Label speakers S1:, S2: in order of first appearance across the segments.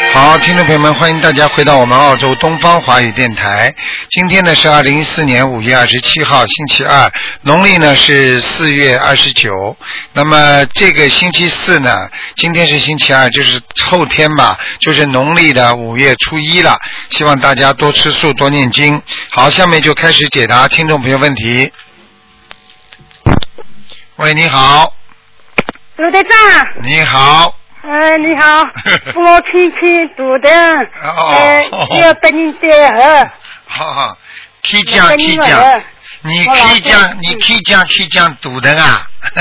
S1: 众朋友们，欢迎大家回到我们澳洲东方华语电台。今天呢是二零一四年五月二十七号，星期二，农历呢是四月二十九。那么这个星期四呢，今天是星期二，就是后天吧，就是农历的五月初一了。希望大家多吃素，多念经。好，下面就开始解答听众朋友问题。喂，你好，
S2: 鲁队长，
S1: 你 好，
S2: 嗯，你好， 我天天读的，
S1: 哦
S2: 呃，要把你带好，
S1: 哈哈，起
S2: 要
S1: 讲
S2: 把
S1: 起
S2: 你
S1: 讲
S2: 好，，
S1: 你
S2: 我老
S1: 可以
S2: 公
S1: 讲，你可以讲，可以讲赌的啊。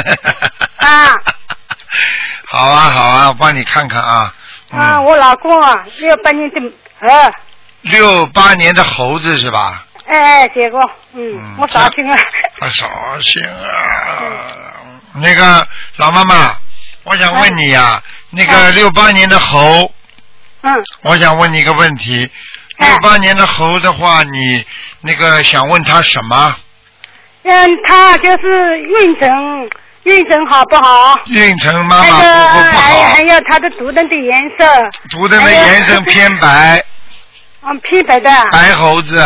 S2: 啊
S1: 好啊，好啊，我帮你看看啊。
S2: 啊，
S1: 嗯，
S2: 我老公啊，要把你的哎好，
S1: 六八年的猴子是吧？
S2: 哎，结果，
S1: 嗯
S2: 嗯，我伤心了，
S1: 啊，小心啊！那个老妈妈，我想问你呀、那个六八年的猴，
S2: 嗯，
S1: 我想问你一个问题。
S2: 哎
S1: 六八年的猴的话，你那个想问他什么？
S2: 嗯，他就是运程，运程好不好？
S1: 运程马
S2: 那
S1: 马
S2: 个哎
S1: 虎虎不
S2: 还
S1: 好
S2: 还，有他的图腾的颜色，
S1: 图腾的
S2: 哎
S1: 颜色偏白，
S2: 嗯，偏白的，
S1: 白猴子。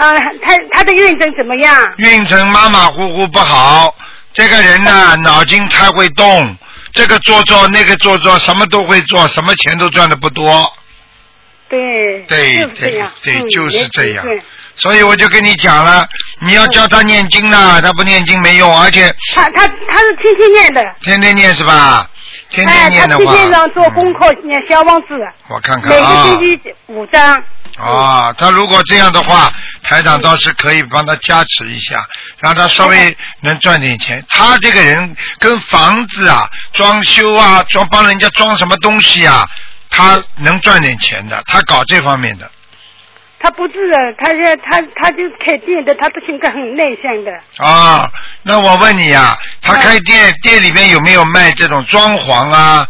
S2: 嗯，他他的运程怎么样？
S1: 运程马马虎虎不好，这个人呐、
S2: 嗯
S1: 脑筋太会动，这个做做那个做做，什么都会做，什么钱都赚的不多，
S2: 对，
S1: 对
S2: 就是这样，
S1: 对对
S2: 嗯
S1: 就是这样
S2: 也许是
S1: 所以我就跟你讲了，你要教他念经呐，他不念经没用，而且
S2: 嗯他他他是天天念的，
S1: 天天念是吧？天天
S2: 哎，
S1: 念
S2: 他
S1: 的
S2: 天
S1: 话，
S2: 天让做功课念小王子，
S1: 嗯我看看
S2: 每
S1: 啊
S2: 个，星期五张。
S1: 啊，他如果这样的话，台长倒是可以帮他加持一下，让他稍微能赚点钱。他这个人跟房子啊、装修啊、装帮人家装什么东西啊，他能赚点钱的，他搞这方面的
S2: 他不是，他是他他就是开店的，他的性格很内向的。
S1: 啊。那我问你啊，他
S2: 嗯
S1: 开店店里面有没有卖这种装潢啊、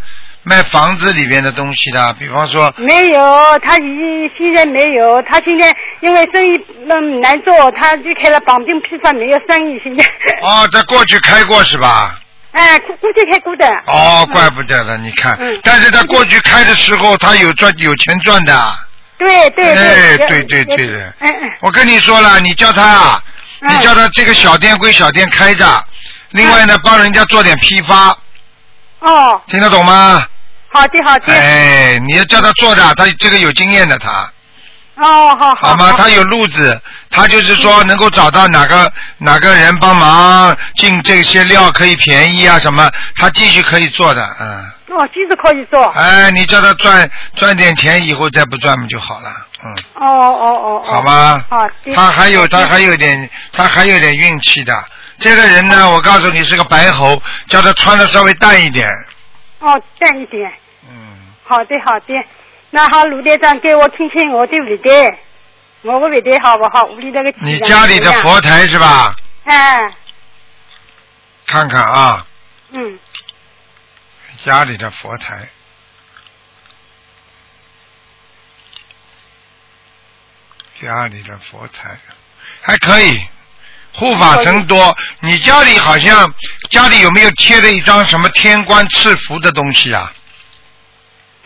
S1: 卖房子里面的东西的？比方说，
S2: 没有，他已经现在没有，他现在因为生意嗯难做，他就开了绑定批发，没有生意现在。
S1: 哦，他过去开过是吧？
S2: 哎，估估计开估的。
S1: 哦，怪不得了，你看，
S2: 嗯
S1: 但是他过去开的时候，他有赚有钱赚的。
S2: 对对
S1: 哎
S2: 对。有
S1: 对对
S2: 有
S1: 对的
S2: 嗯嗯。
S1: 我跟你说了，你叫他，啊
S2: 嗯
S1: 你叫他这个小店归小店开着，另外呢，
S2: 嗯
S1: 帮人家做点批发，
S2: 哦，
S1: 听得懂吗？
S2: 好的好的。
S1: 哎，你要叫他做的，他这个有经验的他，
S2: 哦，好嗯
S1: 好吗？他有路子，他就是说能够找到哪个哪个人帮忙进这些料可以便宜啊什么，他继续可以做的，嗯。
S2: 哦，继续可以做。
S1: 哎，你叫他赚赚点钱，以后再不赚不就好了？嗯，
S2: 哦哦哦哦。
S1: 好吧。
S2: 好的。
S1: 他还有他
S2: 好的
S1: 还有点他还有点运气的。这个人呢，我告诉你是个白猴，叫他穿的稍微淡一点。
S2: 哦，淡一点。
S1: 嗯，
S2: 好的，好的。那好，卢队长，给我听听我的尾带，我的尾带好不好？屋里那个气
S1: 你
S2: 场
S1: 家里的
S2: 怎么样
S1: 佛台是吧？
S2: 哎，
S1: 看看啊，
S2: 嗯，
S1: 家里的佛台。家里的佛台还可以，护法神多。你家里好像家里有没有贴了一张什么天官赐福的东西啊？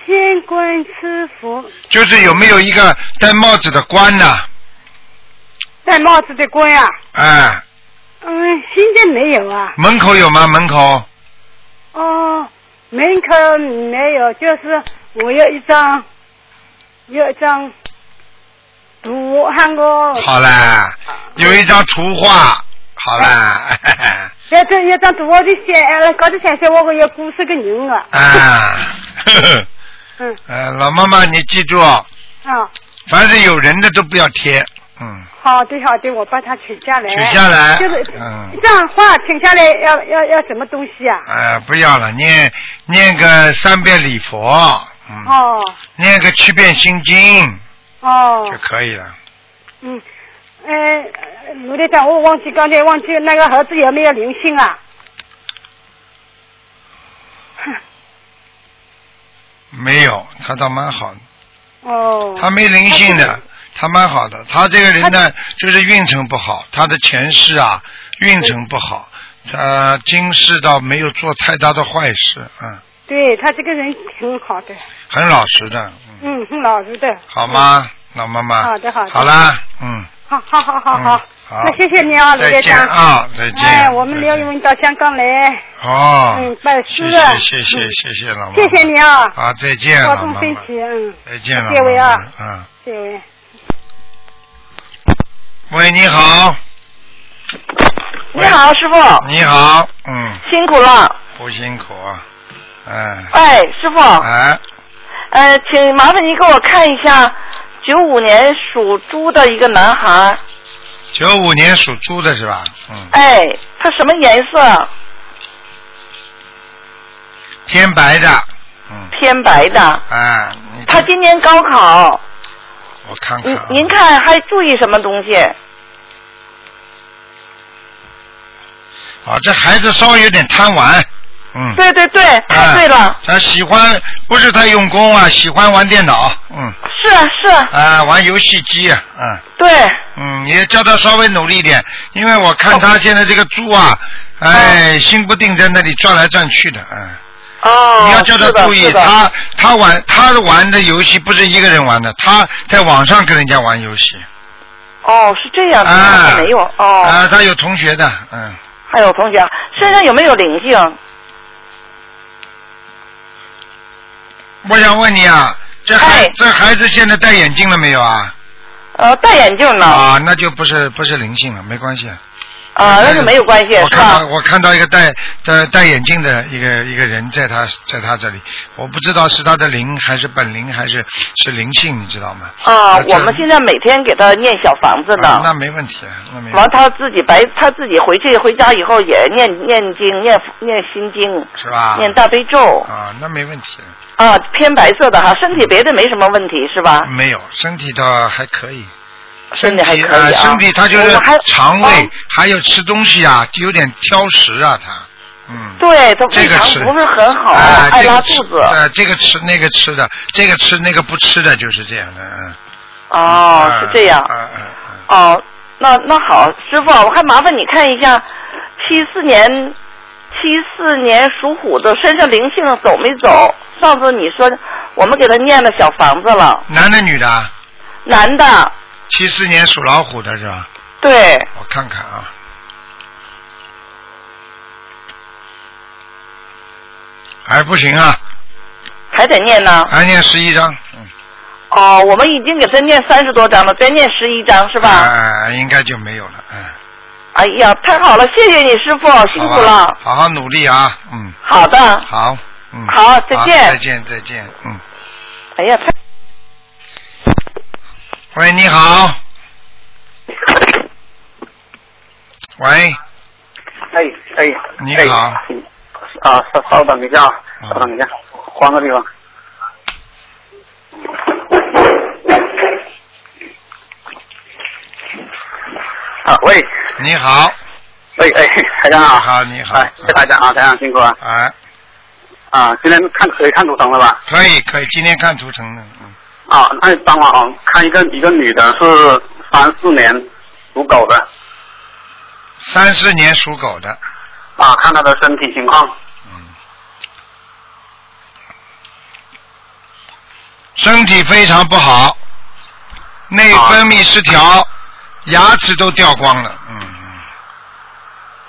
S2: 天官赐福，
S1: 就是有没有一个戴帽子的官呢、
S2: 戴帽子的官啊，
S1: 哎，
S2: 嗯，现在没有啊。
S1: 门口有吗？门口
S2: 哦，门口没有，就是我有一张，有一张图，喊我，
S1: 好啦，有一张图画，好啦，
S2: 这这一张图我就写，哎，搞得想想我有故事个人啊。
S1: 啊，呵 呵
S2: 嗯，
S1: 呃，老妈妈，你记住，
S2: 啊、
S1: 凡是有人的都不要贴，嗯，
S2: 好的好的，我把它取下来。
S1: 取下来
S2: 哎就是，
S1: 嗯
S2: 这样话取下来要要要什么东西啊？
S1: 哎，不要了，念念个三遍礼佛，嗯，
S2: 哦
S1: 念个七遍心经
S2: 哦
S1: 就，可以了。
S2: 嗯，呃，卢队长，我忘记刚才忘记那个盒子有没有灵性啊？哼
S1: 没有，他倒蛮好的，
S2: 哦，
S1: 他没灵性的，他蛮好的。他这个人呢，就是运程不好，他的前世啊运程不好，他今世倒没有做太大的坏事，嗯，
S2: 对他这个人挺好的，
S1: 很老实的，嗯，
S2: 嗯，很老实的。
S1: 好吗？老妈妈。
S2: 好的好的
S1: 好啦，嗯。
S2: 好好好好
S1: 嗯
S2: 好，
S1: 好
S2: 那谢谢你啊，卢
S1: 再
S2: 台
S1: 见
S2: 长。
S1: 啊，再见。
S2: 哎，我们
S1: 再
S2: 刘
S1: 见
S2: 英文到香港来，
S1: 哦，
S2: 嗯，拜师
S1: 谢
S2: 啊。
S1: 谢谢谢
S2: 嗯
S1: 谢谢老妈妈，
S2: 谢谢你啊，
S1: 啊，再见
S2: 保
S1: 老
S2: 重
S1: 妈
S2: 身
S1: 妈，
S2: 体，嗯，
S1: 再见老
S2: 谢谢
S1: 妈
S2: 喂
S1: 妈
S2: 啊，
S1: 嗯，
S2: 谢谢。
S1: 喂，你好，
S3: 你
S1: 哎
S3: 好，师傅，
S1: 你好，嗯，
S3: 辛苦了。
S1: 不辛苦，啊嗯，
S3: 哎，师傅，
S1: 哎，
S3: 呃，请麻烦您给我看一下，九五年属猪的一个男孩，
S1: 九五年属猪的是吧？嗯，
S3: 哎，他什么颜色？
S1: 偏白的，嗯，
S3: 偏白的。
S1: 哎，你
S3: 他今年高考，
S1: 我看看
S3: 您
S1: 啊，
S3: 您看还注意什么东西？
S1: 啊，这孩子稍微有点贪玩，嗯，
S3: 对对对，太
S1: 哎
S3: 对了，，
S1: 他喜欢不是太用功啊，喜欢玩电脑，嗯，
S3: 是啊是啊，
S1: 啊，玩游戏机，嗯。
S3: 对，
S1: 嗯，也叫他稍微努力一点，因为我看他现在这个猪啊，哎，心不定在那里转来转去的，嗯，
S3: 哦，
S1: 你要叫他
S3: 是的
S1: 注意，
S3: 是的
S1: 他他玩他玩的游戏不是一个人玩的，他在网上跟人家玩游戏，
S3: 哦，是这样的，
S1: 啊，
S3: 没有哦，
S1: 啊，他有同学的，嗯，
S3: 还有同学身上有没有灵性？
S1: 我想问你啊，这孩
S3: 哎
S1: 这孩子现在戴眼镜了没有啊？
S3: 呃，戴眼镜呢？
S1: 啊，那就不是不是灵性了，没关系。
S3: 啊，那就没有关系，
S1: 哎我
S3: 是
S1: 看
S3: 吧
S1: 到？我看到一个戴戴戴眼镜的一个一个人在他在他这里，我不知道是他的灵还是本灵还是是灵性，你知道吗？
S3: 啊，
S1: 那这
S3: 我们现在每天给他念小房子
S1: 啊
S3: 呢。
S1: 那没问题，那没问
S3: 完，
S1: 题，
S3: 他自己白，他自己回去回家以后也念念经，念念心经，
S1: 是吧？
S3: 念大悲咒
S1: 啊，那没问题，
S3: 啊，偏白色的哈，身体别的没什么问题是吧？
S1: 没有，身体倒还可以。
S3: 身
S1: 体
S3: 体还可
S1: 呃
S3: 以啊
S1: 身体他就是
S3: 我还
S1: 肠胃、
S3: 哦
S1: 还有吃东西啊，有点挑食啊，他，嗯。
S3: 对，他
S1: 这
S3: 胃
S1: 个
S3: 肠
S1: 吃
S3: 不是很好，
S1: 啊
S3: 爱
S1: 这个
S3: 拉
S1: 吃
S3: 肚子。
S1: 呃，这个吃那个吃的，这个吃那个不吃的，就是这样的，嗯。
S3: 哦，是这样。
S1: 嗯嗯嗯。
S3: 哦，那那好，师傅，我还麻烦你看一下，七四年，七四年属虎的身上灵性走没走？上次你说我们给他念了小房子了，
S1: 男的女的啊？
S3: 男的，
S1: 七四年属老虎的是吧？
S3: 对，
S1: 我看看啊。还不行啊，
S3: 还得念呢。
S1: 还念十一章，嗯，
S3: 哦，我们已经给他念三十多章了，再念十一章是吧？
S1: 哎、应该就没有了，嗯，
S3: 哎呀，太好了，谢谢你师傅，辛苦
S1: 好
S3: 了
S1: 吧。好好努力啊，嗯，
S3: 好的，
S1: 好，嗯，
S3: 好再见
S1: 好再见，再见，嗯，
S3: 哎呀，太
S1: 喂，你好，喂，
S4: 哎哎，
S1: 你
S4: 哎
S1: 好
S4: 啊，稍稍等一下，啊，稍等一下，换个地方。啊，喂，
S1: 你好，
S4: 喂，哎，台长
S1: 你
S4: 啊，
S1: 好，你好，
S4: 哎，谢谢台长啊，台长辛苦啊，
S1: 哎，
S4: 啊，今天看可以看图腾了吧？
S1: 可以可以，今天看图腾的，嗯，
S4: 啊，那你帮忙啊，看一个一个女的是三四年属狗的，
S1: 三四年属狗的，
S4: 啊，看她的身体情况，
S1: 嗯，身体非常不好，内分泌失调，牙齿都掉光了。嗯，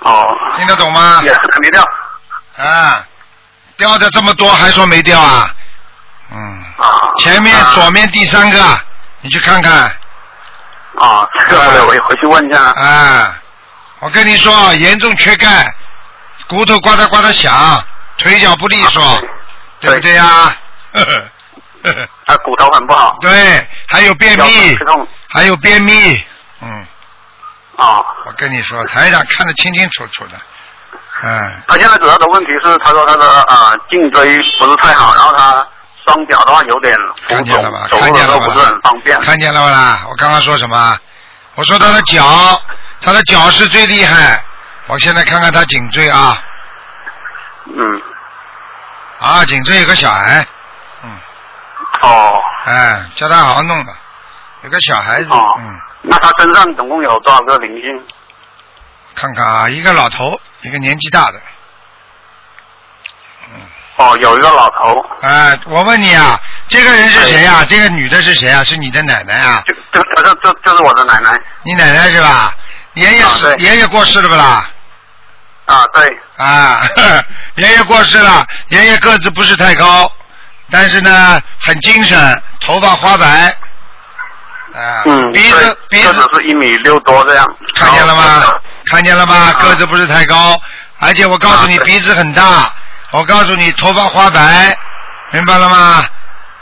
S4: 哦，
S1: 听得懂吗
S4: 也？是没掉
S1: 啊，掉的这么多还说没掉啊？嗯，
S4: 啊，
S1: 前面
S4: 啊
S1: 左面第三个，你去看看
S4: 啊，这个我得回去问一下啊。
S1: 啊！我跟你说，严重缺钙，骨头呱嗒呱嗒响，腿脚不利索，对不对呀、呵呵呵呵
S4: 啊，骨头很不好，
S1: 对，还有便
S4: 腰
S1: 秘
S4: 酸吃，痛
S1: 还有便秘。嗯，
S4: 啊。
S1: 我跟你说，台长看得清清楚楚的。嗯，
S4: 他现在主要的问题是，他说他的啊颈椎不是太好，然后他双脚的话有点浮
S1: 看见了吧
S4: 肿，？走
S1: 看
S4: 路的
S1: 见
S4: 时
S1: 了
S4: 候
S1: 吧？
S4: 不是很方便。
S1: 看见了吧啦？我刚刚说什么？我说他的脚，他的脚是最厉害。我现在看看他颈椎啊，
S4: 嗯，
S1: 啊，颈椎有个小癌，嗯，
S4: 哦
S1: 哎，叫他好好弄吧。有个小孩子，
S4: 哦
S1: 嗯，，
S4: 那他身上总共有多少个灵性？
S1: 看看啊，一个老头，一个年纪大的，嗯，
S4: 哦，有一个老头，
S1: 啊，我问你啊，这个人是谁呀、这个女的是谁啊？是你的奶奶啊？
S4: 就就就就就是我的奶奶
S1: 你奶奶是吧？爷爷死、
S4: 啊对
S1: 爷爷过世了不啦？
S4: 啊，对，
S1: 啊， 爷爷过世了，爷爷个子不是太高，但是呢很精神，头发花白，啊，
S4: 嗯，
S1: 鼻子
S4: 对
S1: 鼻
S4: 个
S1: 子
S4: 子是一米六多这样，
S1: 看见了
S4: 然
S1: 吗
S4: 后？
S1: 看见了吗？
S4: 啊
S1: 个子不是太高，而且我告诉你
S4: 啊对
S1: 鼻子很大，我告诉你头发花白，明白了吗？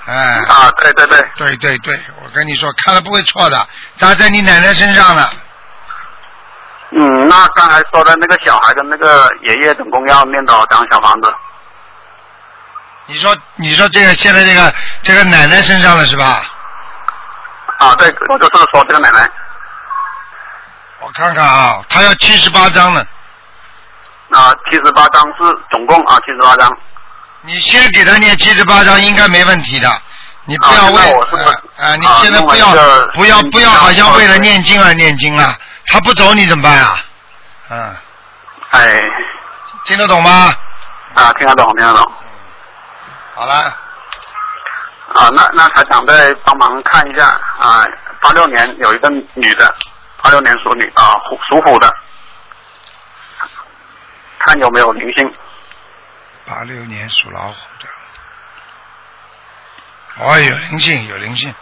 S1: 哎，
S4: 啊，对对对，
S1: 对对对，我跟你说，看了不会错的，搭在你奶奶身上了。
S4: 嗯，那刚才说的那个小孩跟那个爷爷总共要念多少张小房子？
S1: 你说，你说这个现在这个这个奶奶身上了是吧？
S4: 啊，对，就是说这个奶奶，
S1: 我看看啊，她要七十八张呢。
S4: 啊，七十八张是总共啊，七十八张。
S1: 你先给她念七十八张，应该没问题的。你不要为
S4: 啊那我是不
S1: 啊
S4: 是
S1: 啊，你
S4: 啊
S1: 现在不要
S4: 另外一个
S1: 不要不要，
S4: 嗯
S1: 好像为了
S4: 嗯
S1: 念经啊而念经了。她不走你怎么办啊？嗯，
S4: 哎，
S1: 听得懂吗？
S4: 啊，听得懂，听得懂。
S1: 好了，
S4: 啊，那那台长再帮忙看一下啊，八六年有一个女的，八六年属女啊，虎属虎的，看有没有灵性。
S1: 八六年属老虎的。哦，有灵性，有灵性，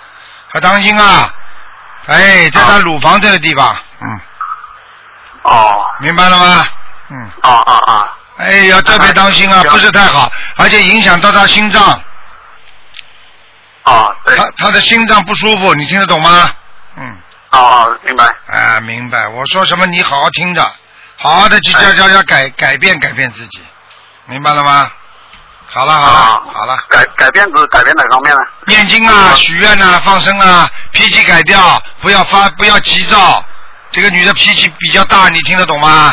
S1: 要当心啊！哎，在她
S4: 啊
S1: 乳房这个地方，嗯，
S4: 哦，
S1: 明白了吗？嗯，
S3: 哦
S4: 啊啊啊，
S1: 哎，要特别当心啊，
S4: 啊
S1: 不是太好，而且影响到她心脏，
S4: 哦，对，
S1: 她她的心脏不舒服，你听得懂吗？嗯，
S4: 哦，明白。
S1: 啊，明白。我说什么，你好好听着，好好的去教
S4: 哎
S1: 教教改改变改变自己，明白了吗？好了好
S4: 啊
S1: 了好了。
S4: 改改变是改变哪方面呢？
S1: 念经啊，许愿呐、放生啊，脾气改掉，不要发，不要急躁。这个女的脾气比较大，你听得懂吗？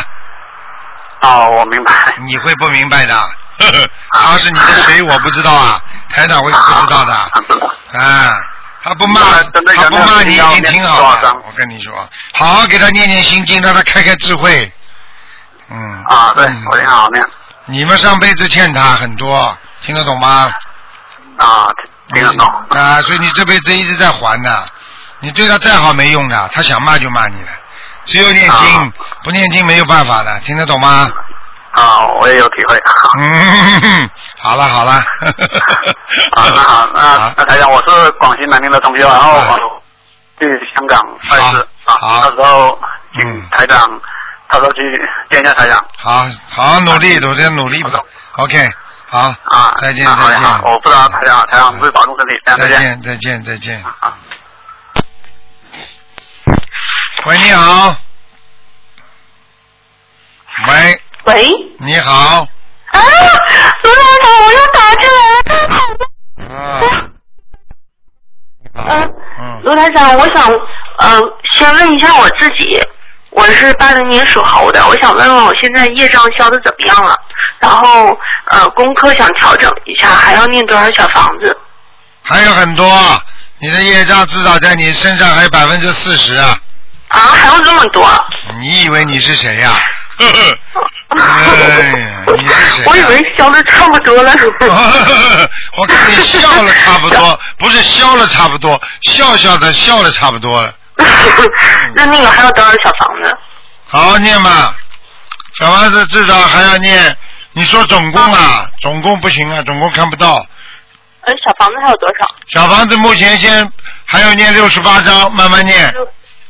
S4: 哦，我明白。
S1: 你会不明白的。 呵呵她是你的谁？我不知道啊，台长我也不知道的。
S4: 啊知道
S1: 啊，她不骂，
S4: 那那
S1: 她不骂你已经挺好
S4: 要念多少
S1: 了
S4: 章。
S1: 我跟你说，好好给她念念心经，让她开开智慧。嗯。
S4: 啊，对
S1: 嗯，
S4: 我念好念
S1: 你们上辈子欠她很多，听得懂吗？
S4: 啊，听得懂。
S1: 啊，所以你这辈子一直在还呢。你对他再好没用的，他想骂就骂你了。只有念经，
S4: 啊
S1: 不念经没有办法的，听得懂吗？
S4: 啊，我也有体会。
S1: 嗯， 好了好了。
S4: 啊，那好，那
S1: 啊
S4: 那台长，我是广西南宁的同学，然后我去香港拜师
S1: 好
S4: 啊，
S1: 哎好
S4: 到时候
S1: 嗯
S4: 请台长，到时候去见一下台长
S1: 好好努力，努力努力吧
S4: 好的。
S1: OK，好，
S4: 啊。
S1: 再见
S4: 啊好
S1: 再
S4: 嘞
S1: 见
S4: 好，我不知道台长，台长自己保重身体，台长
S1: 再
S4: 再见。
S1: 见再见再见。
S4: 啊。
S1: 喂，你好。喂，
S3: 喂，
S1: 你好。
S3: 啊，卢台长，我又打进来了，好的。
S1: 啊
S3: 嗯
S1: 嗯，
S3: 卢台长，我想呃，先问一下我自己，我是八零年属猴的，我想问问我现在业障消的怎么样了？然后呃，功课想调整一下，还要念多少小房子？
S1: 还有很多，你的业障至少在你身上还有百分之四十啊！
S3: 啊，还要这么多？
S1: 你以为你是谁 呀、呵呵哎呀你是谁呀
S3: 我以为消的差不多了。
S1: 我看你笑了差不多，不是笑了差不多，笑笑的笑了差不多了。
S3: 那那个还要多少小房子？
S1: 好好念吧，小王子至少还要念。你说总共啊，总共不行啊，总共看不到。
S3: 呃，小房子还有多少？
S1: 小房子目前先还要念六十八章，慢慢念。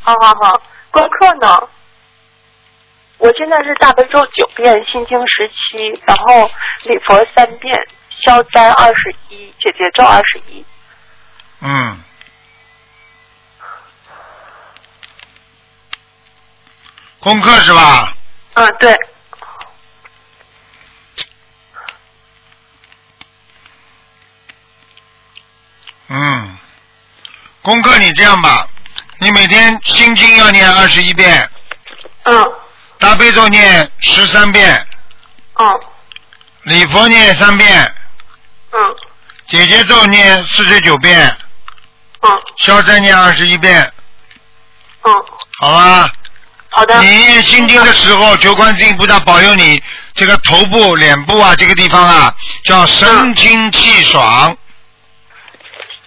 S3: 好哦好好，功课呢？我现在是大悲咒九遍，心经十七，然后礼佛三遍，消灾二十一，解结咒二十一。
S1: 嗯，功课是吧？
S3: 嗯，
S5: 啊
S3: 对，
S1: 嗯，功课你这样吧，你每天心经要念二十一遍，
S3: 嗯
S1: 大悲咒念十三遍，
S3: 嗯
S1: 礼佛念三遍，
S3: 嗯
S1: 姐姐咒念四十九遍，
S3: 嗯
S1: 消灾念二十一遍，
S3: 嗯，
S1: 好吧？
S3: 好的，
S1: 你念心经的时候，求观世音菩萨保佑你这个头部、脸部啊这个地方啊，叫神清气爽，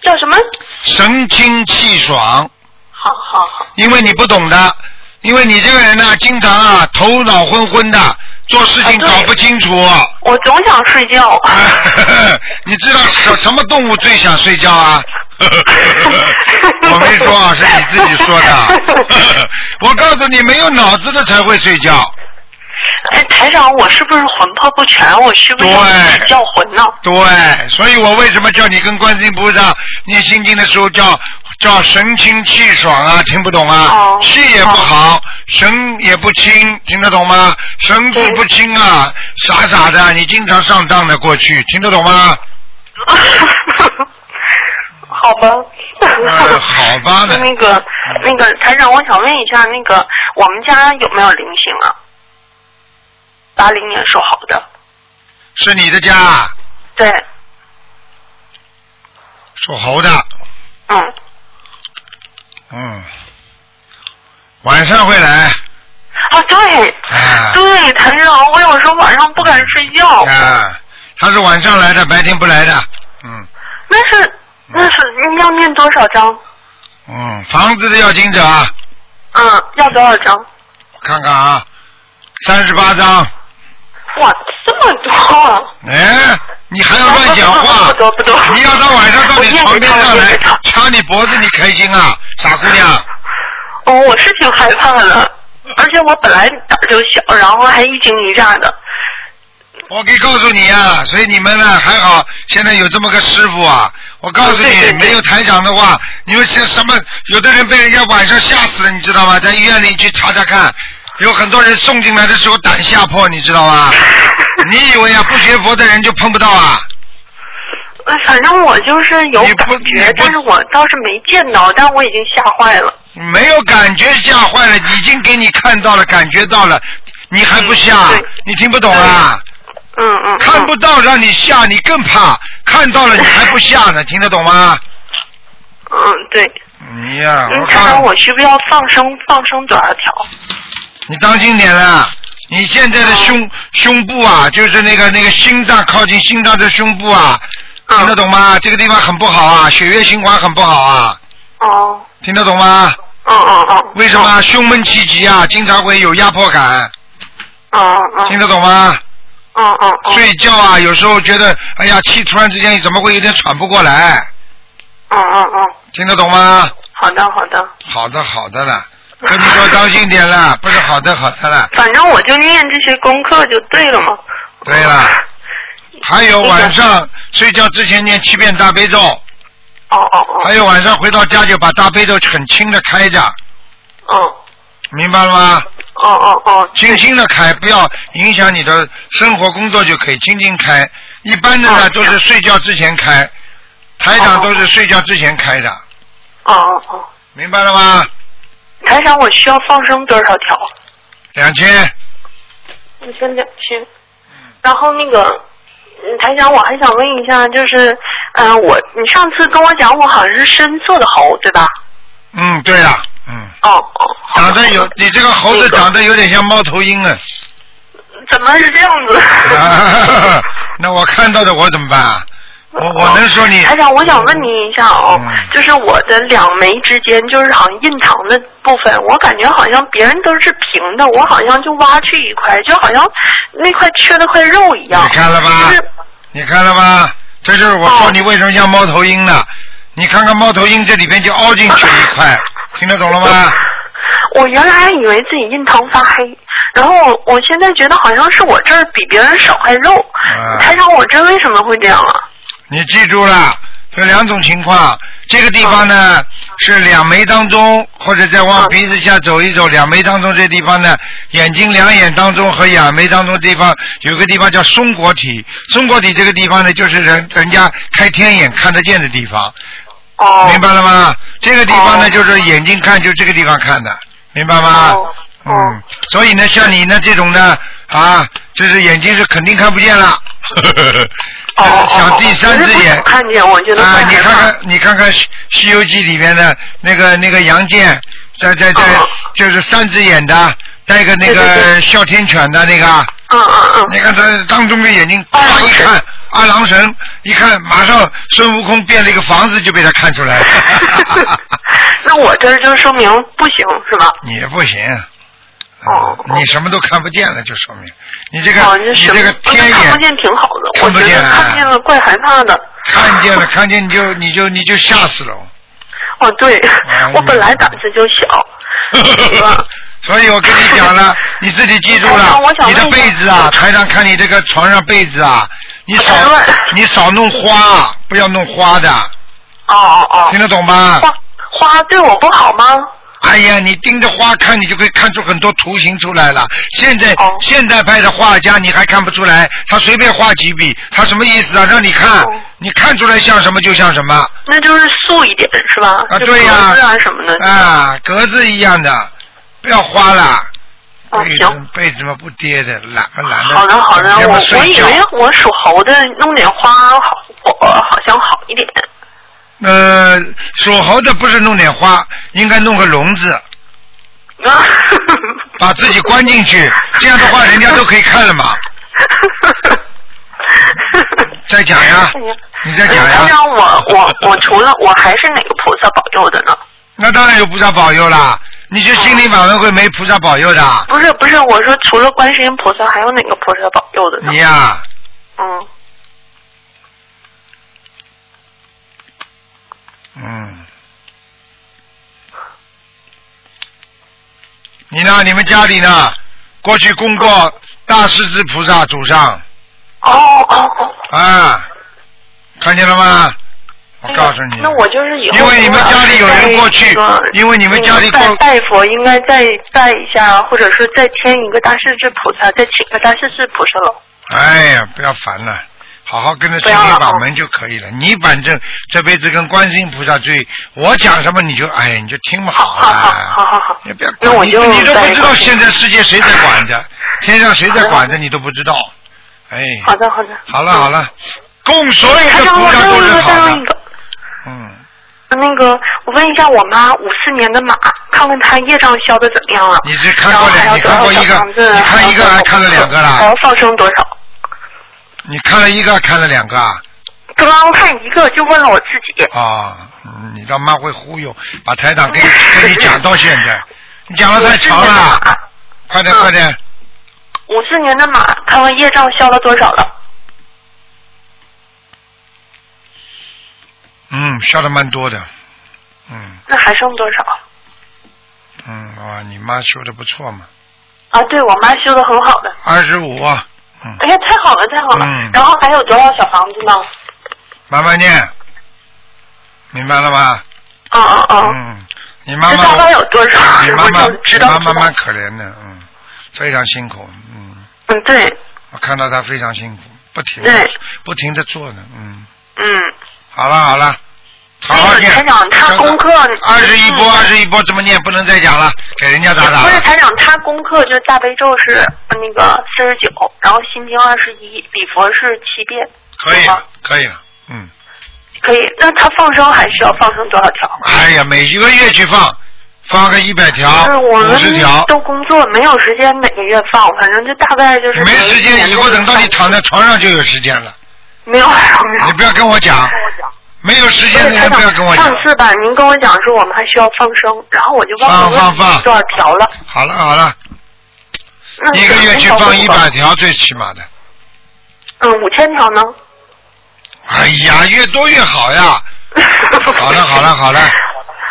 S6: 叫什么？
S1: 神清气爽。
S6: 好好好，
S1: 因为你不懂的，因为你这个人呢、经常啊头脑昏昏的，做事情
S6: 啊对
S1: 搞不清楚。
S6: 我总想睡觉。
S1: 你知道什什么动物最想睡觉啊？ 我没说啊，是你自己说的。 我告诉你，没有脑子的才会睡觉。
S6: 哎，台长，我是不是魂魄不全？我哦需不需要
S1: 对
S6: 自己叫魂呢？
S1: 对，所以我为什么叫你跟观世音菩萨念心经的时候叫叫神清气爽啊？听不懂啊？
S6: 哦
S1: 气也不好，神也不清，听得懂吗？神志不清啊，傻傻的，你经常上当的过去，听得懂吗？
S6: 好吧。
S1: 呃好 吧的
S6: 那个，那个台长，我想问一下，那个我们家有没有灵性啊？八零年属猴的，
S1: 是你的家啊
S6: 对，
S1: 属猴的，
S6: 嗯，
S1: 嗯，晚上会来
S6: 啊对，
S1: 啊
S6: 对，台长，我有时候晚上不敢睡觉，
S1: 啊，他是晚上来的，白天不来的，嗯
S6: 那是那是要念多少章？
S1: 嗯，房子的要经者啊。
S6: 嗯，要多少章？
S1: 看看啊，三十八章。
S6: 哇，这么多啊！
S1: 哎，你还要乱讲话
S6: 不多不多不多
S1: 你要到晚上到你床边上
S6: 我念
S1: 来
S6: 给他我念给他
S1: 掐你脖子，你开心啊，傻姑娘？
S6: 哦，我是挺害怕的，而且我本来胆儿就小，然后还一惊一乍的。
S1: 我可以告诉你啊，所以你们呢还好，现在有这么个师傅啊。我告诉你，
S6: 对对对
S1: 没有台长的话，你们是什么？有的人被人家晚上吓死了，你知道吗？在医院里去查查看，有很多人送进来的时候胆吓破，你知道吗？你以为啊，不学佛的人就碰不到啊？
S6: 呃反正我就是有
S1: 你不
S6: 感
S1: 你
S6: 觉，
S1: 不
S6: 但是我倒是没见到，但我已经吓坏了。
S1: 没有感觉吓坏了，已经给你看到了，感觉到了，你还不吓
S6: 嗯对？
S1: 你听不懂啊？
S6: 嗯嗯。嗯
S1: 看不到让你吓，你更怕；看到了你还不吓呢，听得懂吗？
S6: 嗯，对。
S1: 你呀、
S6: 嗯，
S1: 我
S6: 看看
S1: 看
S6: 我需不需要放生，放生多少条？
S1: 你当心点啊！你现在的胸胸部啊，就是那个那个心脏靠近心脏的胸部啊，
S6: 嗯
S1: 听得懂吗？这个地方很不好啊，血液循环很不好啊，
S6: 哦，
S1: 听得懂吗？
S6: 嗯嗯嗯。
S1: 为什么胸闷气急啊？经常会有压迫感，
S6: 嗯？嗯
S1: 听
S6: 嗯
S1: 得懂吗？
S6: 嗯嗯嗯。
S1: 睡觉啊，有时候觉得哎呀，气突然之间怎么会有点喘不过来？
S6: 嗯嗯嗯，
S1: 听得懂吗？
S6: 好的好的。
S1: 好的，好的了，跟你说当心点了，不是好的，好的了。
S6: 反正我就念这些功课就对了嘛。
S1: 对了，还有晚上睡觉之前念七遍大悲咒，
S6: 哦哦哦。
S1: 还有晚上回到家就把大悲咒很轻的开着，
S6: 嗯，
S1: 明白了吗？
S6: 哦哦哦，
S1: 轻轻的开，不要影响你的生活工作就可以，轻轻开。一般的呢
S6: 哦
S1: 都是睡觉之前开，台长都是睡觉之前开的，
S6: 哦哦哦。
S1: 明白了吗？
S6: 台长，我需要放生多少条？
S1: 两千。
S6: 你说两千。然后那个，嗯台长，我还想问一下，就是，嗯、我你上次跟我讲，我好像是深色的猴，对吧？
S1: 嗯，对呀，嗯，
S6: 哦哦。好
S1: 长得有你这个猴子
S6: 那个
S1: 长得有点像猫头鹰啊，
S6: 怎么是这样子？
S1: 啊 那我看到的我怎么办啊？我我能说你
S6: 台长，我想问你一下哦，
S1: 嗯
S6: 就是我的两眉之间，就是好像印堂的部分，我感觉好像别人都是平的，我好像就挖去一块，就好像那块缺了块肉一样。
S1: 你看了吧
S6: 就是
S1: 你看了吧？这就是我说
S6: 哦
S1: 你为什么像猫头鹰呢？你看看猫头鹰这里边就凹进去一块，听得懂了吗？
S6: 我原来以为自己印堂发黑，然后我我现在觉得好像是我这儿比别人少块肉。
S1: 啊
S6: 台长，我这为什么会这 样啊？
S1: 你记住了，有两种情况，这个地方呢是两眉当中，或者再往
S6: 嗯
S1: 鼻子下走一走，两眉当中这地方呢，眼睛两眼当中和眼眉当中地方有个地方叫松果体，松果体这个地方呢就是人人家开天眼看得见的地方，
S6: 哦，
S1: 明白了吗？这个地方呢
S6: 哦
S1: 就是眼睛看，就这个地方看的，明白吗？
S6: 哦哦
S1: 嗯，所以呢，像你呢这种呢，啊，就是眼睛是肯定看不见了。
S6: 哦哦哦
S1: 想第三只
S6: 我是不
S1: 眼
S6: 想看见我觉得
S1: 啊，
S6: 太害怕
S1: 你看看，你看看《西西游记》里面的那个那个杨戬，在在在
S6: 哦，
S1: 就是三只眼的，带个那
S6: 对对
S1: 个哮天犬的那个，
S6: 嗯
S4: 啊
S6: 嗯
S1: 你看他当中的眼睛，啪一看，二郎神一看，马上孙悟空变了一个房子就被他看出来了
S6: 嗯。。那我这就说明不行是吧？
S1: 你也不行。
S6: 哦哦
S1: 你什么都看不见了，就说明你这个、
S6: 哦，
S1: 你
S6: 什么
S1: 这个天眼
S6: 看不见挺好的，我
S1: 看不
S6: 觉
S1: 见
S6: 得
S1: 啊
S6: 看见了怪害怕的。
S1: 看见了，看见你就你就你就吓死了。
S6: 哦，对
S1: 哎， 嗯
S6: 我本来胆子就小。
S1: 所以我跟你讲了，你自己记住
S6: 台
S1: 了
S6: 长哎我，想
S1: 你的
S6: 问一下
S1: 被子啊，台上看你这个床上被子啊，你少
S6: 台湾
S1: 你少弄花，啊不要弄花的，
S6: 哦哦哦
S1: 听，得懂吗？
S6: 花花对我不好吗？
S1: 哎呀，你盯着花看，你就可以看出很多图形出来了。现在、
S6: 哦
S1: 现代派的画家你还看不出来，他随便画几笔，他什么意思啊？让你看，
S6: 哦
S1: 你看出来像什么就像什么
S6: 那就是素一点是吧？
S1: 啊？
S6: 就
S1: 对呀、
S6: 格子啊什么的。
S1: 啊，格子一样的，不要花了。
S6: 哦
S1: 被子
S6: 行
S1: 被子嘛不叠的，懒嘛懒
S6: 好的好的，
S1: 整天嘛
S6: 我我
S1: 睡
S6: 以
S1: 觉。
S6: 为我属猴的弄点花好，我好像好一点。
S1: 呃，属猴的不是弄点花，应该弄个笼子，
S6: 啊，
S1: 把自己关进去，这样的话人家都可以看了嘛。再讲呀
S6: 哎呀，
S1: 你再讲呀
S6: 台长，我我 我除了我还是哪个菩萨保佑的呢？
S1: 那当然有菩萨保佑啦，你这心灵法门会没菩萨保佑的？
S6: 不是不是，我说除了观世音菩萨，还有哪个菩萨保佑的呢
S1: 你？呀、
S6: 嗯，
S1: 嗯，你呢？你们家里呢？过去供过大势至菩萨祖上
S6: 哦哦哦，
S1: 啊，看见了吗？我
S6: 哎呀
S1: 告诉你，
S6: 那我就是以后
S1: 因为你们家里有人过去
S6: 如果要是在那个
S1: 因为你们家里过
S6: 那个嗯拜拜佛应该再拜一下，或者是再添一个大势至菩萨，再请个大势至菩萨了。
S1: 哎呀，不要烦了，好好跟着心灵法门就可以了。你反正这辈子跟观世音菩萨最，我讲什么你就哎，你就听嘛了。
S6: 好好好好好
S1: 哎你不要管
S6: 那我
S1: 你
S6: 就
S1: 你都
S6: 在
S1: 不知道现在世界谁在管 着，天上谁在
S6: 好的
S1: 管着，你都不知道。哎，
S6: 好的好的，
S1: 好了好了，
S6: 嗯
S1: 供所有
S6: 对，他
S1: 的
S6: 让
S1: 菩
S6: 我
S1: 萨
S6: 再
S1: 都
S6: 问一
S1: 是
S6: 个，再
S1: 好
S6: 问一
S1: 的。
S6: 个。
S1: 嗯，
S6: 那个，我问一下我妈，五四年的马，看看她业障消的怎么样了？
S1: 你只看过
S6: 然
S1: 两，
S6: 后
S1: 你看过
S6: 还
S1: 一
S6: 要多
S1: 个
S6: 少小房，子
S1: 你看一个还看了两个
S6: 还
S1: 啦
S6: 要？放生多少？
S1: 你看了一个还看了两个啊？
S6: 刚刚看一个就问了我自己。
S1: 啊、嗯你他妈会忽悠，把台长跟你跟你讲到现 在，你讲的太长了，
S6: 啊
S1: 快
S6: 嗯
S1: 点快点，
S6: 五四年的马，看看业障消了多少了？
S1: 嗯，笑的蛮多的，嗯
S6: 那还剩多少？
S1: 嗯，哇，你妈修的不错嘛，
S6: 啊，对我妈修的很好的。
S1: 二十五，嗯，
S6: 哎呀，太好了，太好了。
S1: 嗯
S6: 然后还有多少小房子呢？
S1: 慢慢念，明白了吗？
S6: 嗯嗯嗯，
S1: 嗯，你妈
S6: 这
S1: 妈
S6: 大概
S1: 我，
S6: 有多少？
S1: 你妈妈，
S6: 我就知
S1: 你
S6: 道
S1: 妈
S6: 知
S1: 妈
S6: 道
S1: 蛮可怜的，嗯，非常辛苦，嗯，
S6: 嗯，对，
S1: 我看到她非常辛苦，不停地
S6: 对
S1: 不停的做呢，嗯，
S6: 嗯。
S1: 好了好了，好好
S6: 那个
S1: 念。
S6: 台长，他功课
S1: 哎二十一波，啊
S6: 嗯
S1: 二十一波，这么念不能再讲了，给人家打打
S6: 不是
S1: 了。
S6: 台长，他功课就是大悲咒是那个四十九，然后心经二十一，礼佛是七遍，
S1: 可以
S6: 好吗
S1: 了，可以了，嗯。
S6: 可以。那他放生还需要放生多少条？
S1: 哎呀，每一个月去放，放个一百条
S6: 就是、、嗯我
S1: 五十条
S6: 们，都工作，没有时间每个月放，反正就大概就是
S1: 没时间，以后等到你躺在床上就有时间了。
S6: 没有没有
S1: 你不要跟我 讲，没有时间的人
S6: 不
S1: 不
S6: 是
S1: 要
S6: 台
S1: 跟我
S6: 长，
S1: 讲
S6: 上。次吧，您跟我讲说我们还需要放生，然后我就忘了
S1: 放放放
S6: 问多少条了。
S1: 好了好了，
S6: 那
S1: 一个月去
S6: 您
S1: 放
S6: 帮
S1: 一
S6: 我
S1: 百条最起码的。
S6: 嗯，五千条呢？
S1: 哎呀，越多越好 呀。好
S6: 好
S1: 了好了好了，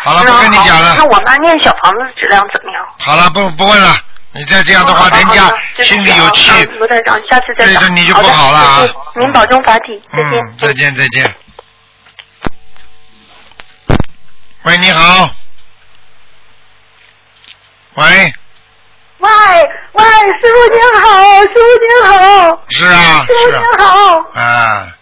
S1: 好了
S6: 那
S1: 啊不跟你
S6: 啊好
S1: 讲了
S6: 那。我妈念小房子质量怎么样？
S1: 好了不不问了，你再这样的话
S6: 好好
S1: 人家
S6: 好就
S1: 心里
S6: 这样
S1: 有
S6: 啊
S1: 气。
S6: 嗯罗台长，下次再
S1: 对
S6: 讲。
S1: 着你就不
S6: 的
S1: 好了啊
S6: 谢谢您保重法体，再见。
S1: 嗯，再见再见。喂，你好。喂，
S5: 喂喂，师傅您好，师傅您好，
S1: 是啊
S5: 师
S1: 是
S5: 傅您好。
S1: 啊，啊，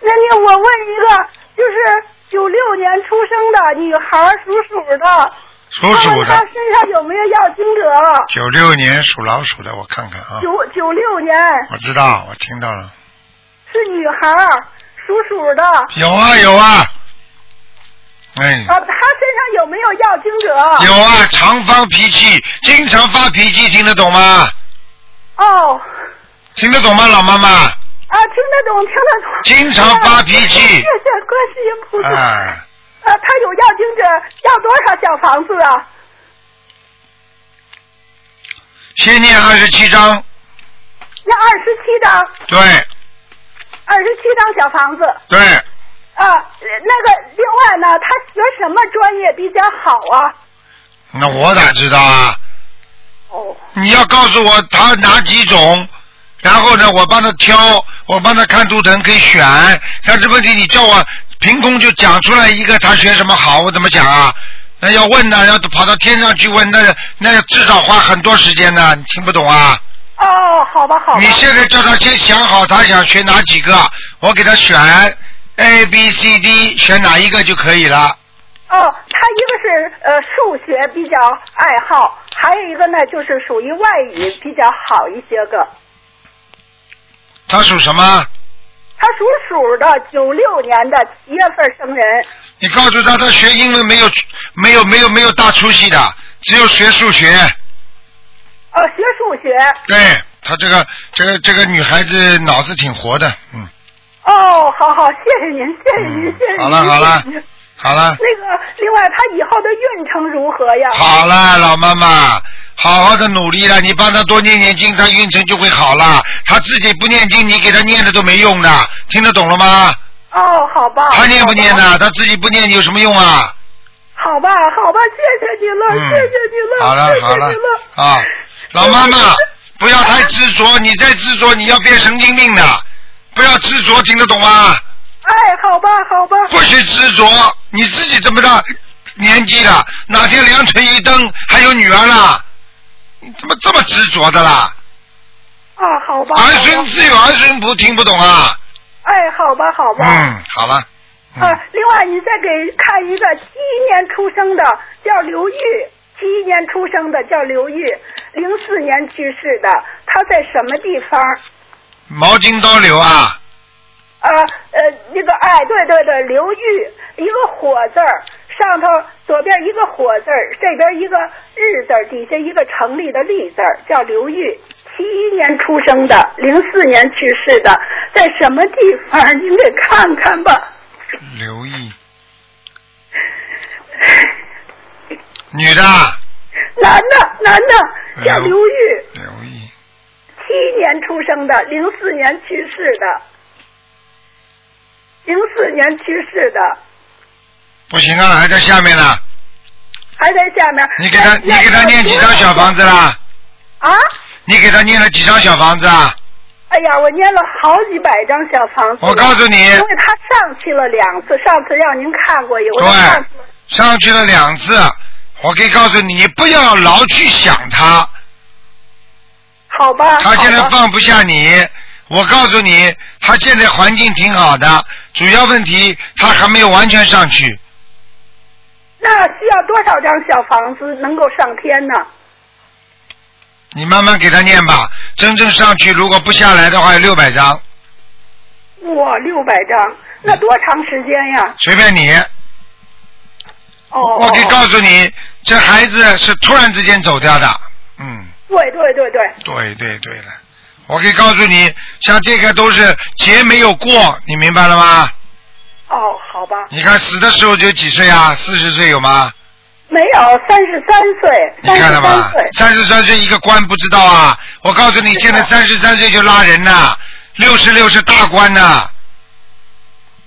S5: 那你我问一个，就是九六年出生的女孩儿，属鼠的，
S1: 属
S5: 看
S1: 鼠
S5: 看她
S1: 的，啊
S5: 身上有没有要经者？
S1: 九六年属老鼠的，我看看啊，
S5: 九九六年
S1: 我知道，我听到了，
S5: 是女孩儿，属鼠的。啊，
S1: 有啊有啊，哎，
S5: 她身上有没有要经者？
S1: 有啊，常发脾气，经常发脾气，听得懂吗？
S5: 哦，
S1: 听得懂吗，老妈妈？
S5: 啊，听得懂，听得懂。
S1: 经常发脾气
S5: 啊 谢谢观世音菩萨。
S1: 啊，
S5: 啊，他有要经者要多少小房子啊？
S1: 先念二十七章，
S5: 要二十七张，
S1: 对
S5: 二十七张小房子。
S1: 对，
S5: 啊，呃那个另外呢，他学什么专业比较好啊？
S1: 那我咋知道啊？
S5: 哦，
S1: 你要告诉我他哪几种，然后呢，我帮他挑，我帮他看图腾可以选。但是问题你叫我凭空就讲出来一个他学什么好，我怎么讲啊？那要问呢，要跑到天上去问，那那至少花很多时间呢，你听不懂啊？
S5: 哦，好吧，好吧哦
S1: 你。现在叫他先想好他想学哪几个，我给他选 A B C D 选哪一个就可以了。
S5: 哦，他一个是呃数学比较爱好，还有一个呢就是属于外语比较好一些个。
S1: 他属什么？
S5: 他属鼠的，九六年的七月份生人。
S1: 你告诉他，他学英文没有没有没有没有大出息的，只有学数学。
S5: 哦，学数学。
S1: 对他这个这个这个女孩子脑子挺活的，嗯，
S5: 哦，好好，谢谢您，谢谢您，
S1: 嗯
S5: 谢谢您。
S1: 好了好了
S5: 谢谢您
S1: 好了
S5: 那个，另外他以后的运程如何呀？
S1: 好了，老妈妈，好好的努力了，你帮她多念念经，她运程就会好了。她自己不念经，你给她念的都没用的，听得懂了吗？
S5: 哦，好吧。
S1: 她念不念
S5: 好吧？
S1: 呢？她自己不念有什么用啊？
S5: 好吧，好吧，谢谢您了，
S1: 嗯
S5: 谢谢您了，
S1: 好了
S5: 谢谢
S1: 好了
S5: 您了。
S1: 啊，老妈妈，不要太执着，你再执着你要变神经病的，不要执着，听得懂吗？
S5: 哎，好吧，好吧。
S1: 不许执着，你自己这么大年纪了，哪天两腿一蹬还有女儿了？你怎么这么执着的啦？
S5: 啊，好吧。好吧
S1: 儿孙自有儿孙福，听不懂啊？
S5: 哎，好吧，好吧。
S1: 嗯，好了，嗯
S5: 啊，另外你再给看一个七一年出生的，叫刘玉，七一年出生的叫刘玉，零四年去世的，他在什么地方？
S1: 毛巾刀流啊，
S5: 啊，呃，那个，哎，对对对，刘玉，一个火字儿，上头左边一个火字儿，这边一个日字儿，底下一个成立的立字儿，叫刘玉，七一年出生的，零四年去世的，在什么地方？您给看看吧。
S1: 刘 毅，女的，
S5: 男的，男的，叫
S1: 刘
S5: 刘玉，
S1: 刘毅，
S5: 七一年出生的，零四年去世的，零四年去世的，
S1: 不行啊，还在下面呢。
S5: 还在下面。
S1: 你给他，
S5: 哎那
S1: 你给他念几张小房子？啦？
S5: 啊！
S1: 你给他念了几张小房子啊？
S5: 哎呀，我念了好几百张小房子。
S1: 我告诉你
S5: 因为他上去了两次，上次让您看过一回。
S1: 对
S5: 上次
S1: 上去了两次，我可以告诉你，不要老去想他，
S5: 好吧。
S1: 他现在
S5: 好吧
S1: 放不下你。我告诉你，他现在环境挺好的，主要问题他还没有完全上去。
S5: 那需要多少张小房子能够上天呢？
S1: 你慢慢给他念吧，真正上去如果不下来的话，有六百张，
S5: 哇，六百张，那多长时间呀？
S1: 随便你。
S5: 哦，
S1: 我可以
S5: 哦
S1: 告诉你，这孩子是突然之间走掉的。嗯，
S5: 对对对对，
S1: 对对对了，我可以告诉你，像这个都是劫没有过，你明白了吗？
S5: 哦，好吧，
S1: 你看死的时候就几岁啊？四十岁有吗？
S5: 没有三十三岁，
S1: 你
S5: 三
S1: 看
S5: 十
S1: 了
S5: 三
S1: 吧
S5: 岁，？
S1: 三十三岁一个官不知道啊！我告诉你，现在三十三岁就拉人呐，六十六是大官呐。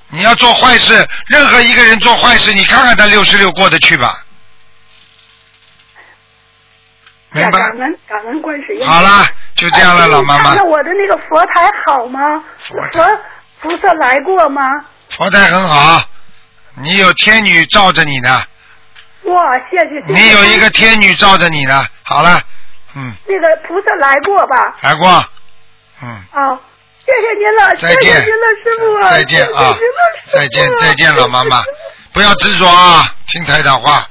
S1: 你要做坏事，任何一个人做坏事，你看看他六十六过得去吧？明
S5: 呀
S1: 白？
S5: 感恩感恩观世音。
S1: 好啦，就这样了，
S5: 哎
S1: 老妈妈
S5: 那。我的那个佛台好吗？
S1: 佛台
S5: 佛菩萨来过吗？
S1: 佛台很好，你有天女罩着你呢，
S5: 哇，谢谢谢谢。
S1: 你有一个天女罩着你呢。好了，嗯，
S5: 那个菩萨来过吧？
S1: 来过，嗯。
S5: 啊，谢谢您了，谢
S1: 再见
S5: 谢您了，师傅啊。
S1: 再见啊
S5: 谢谢您了师傅啊
S1: 再见再见老妈妈不要执着啊，听台长话。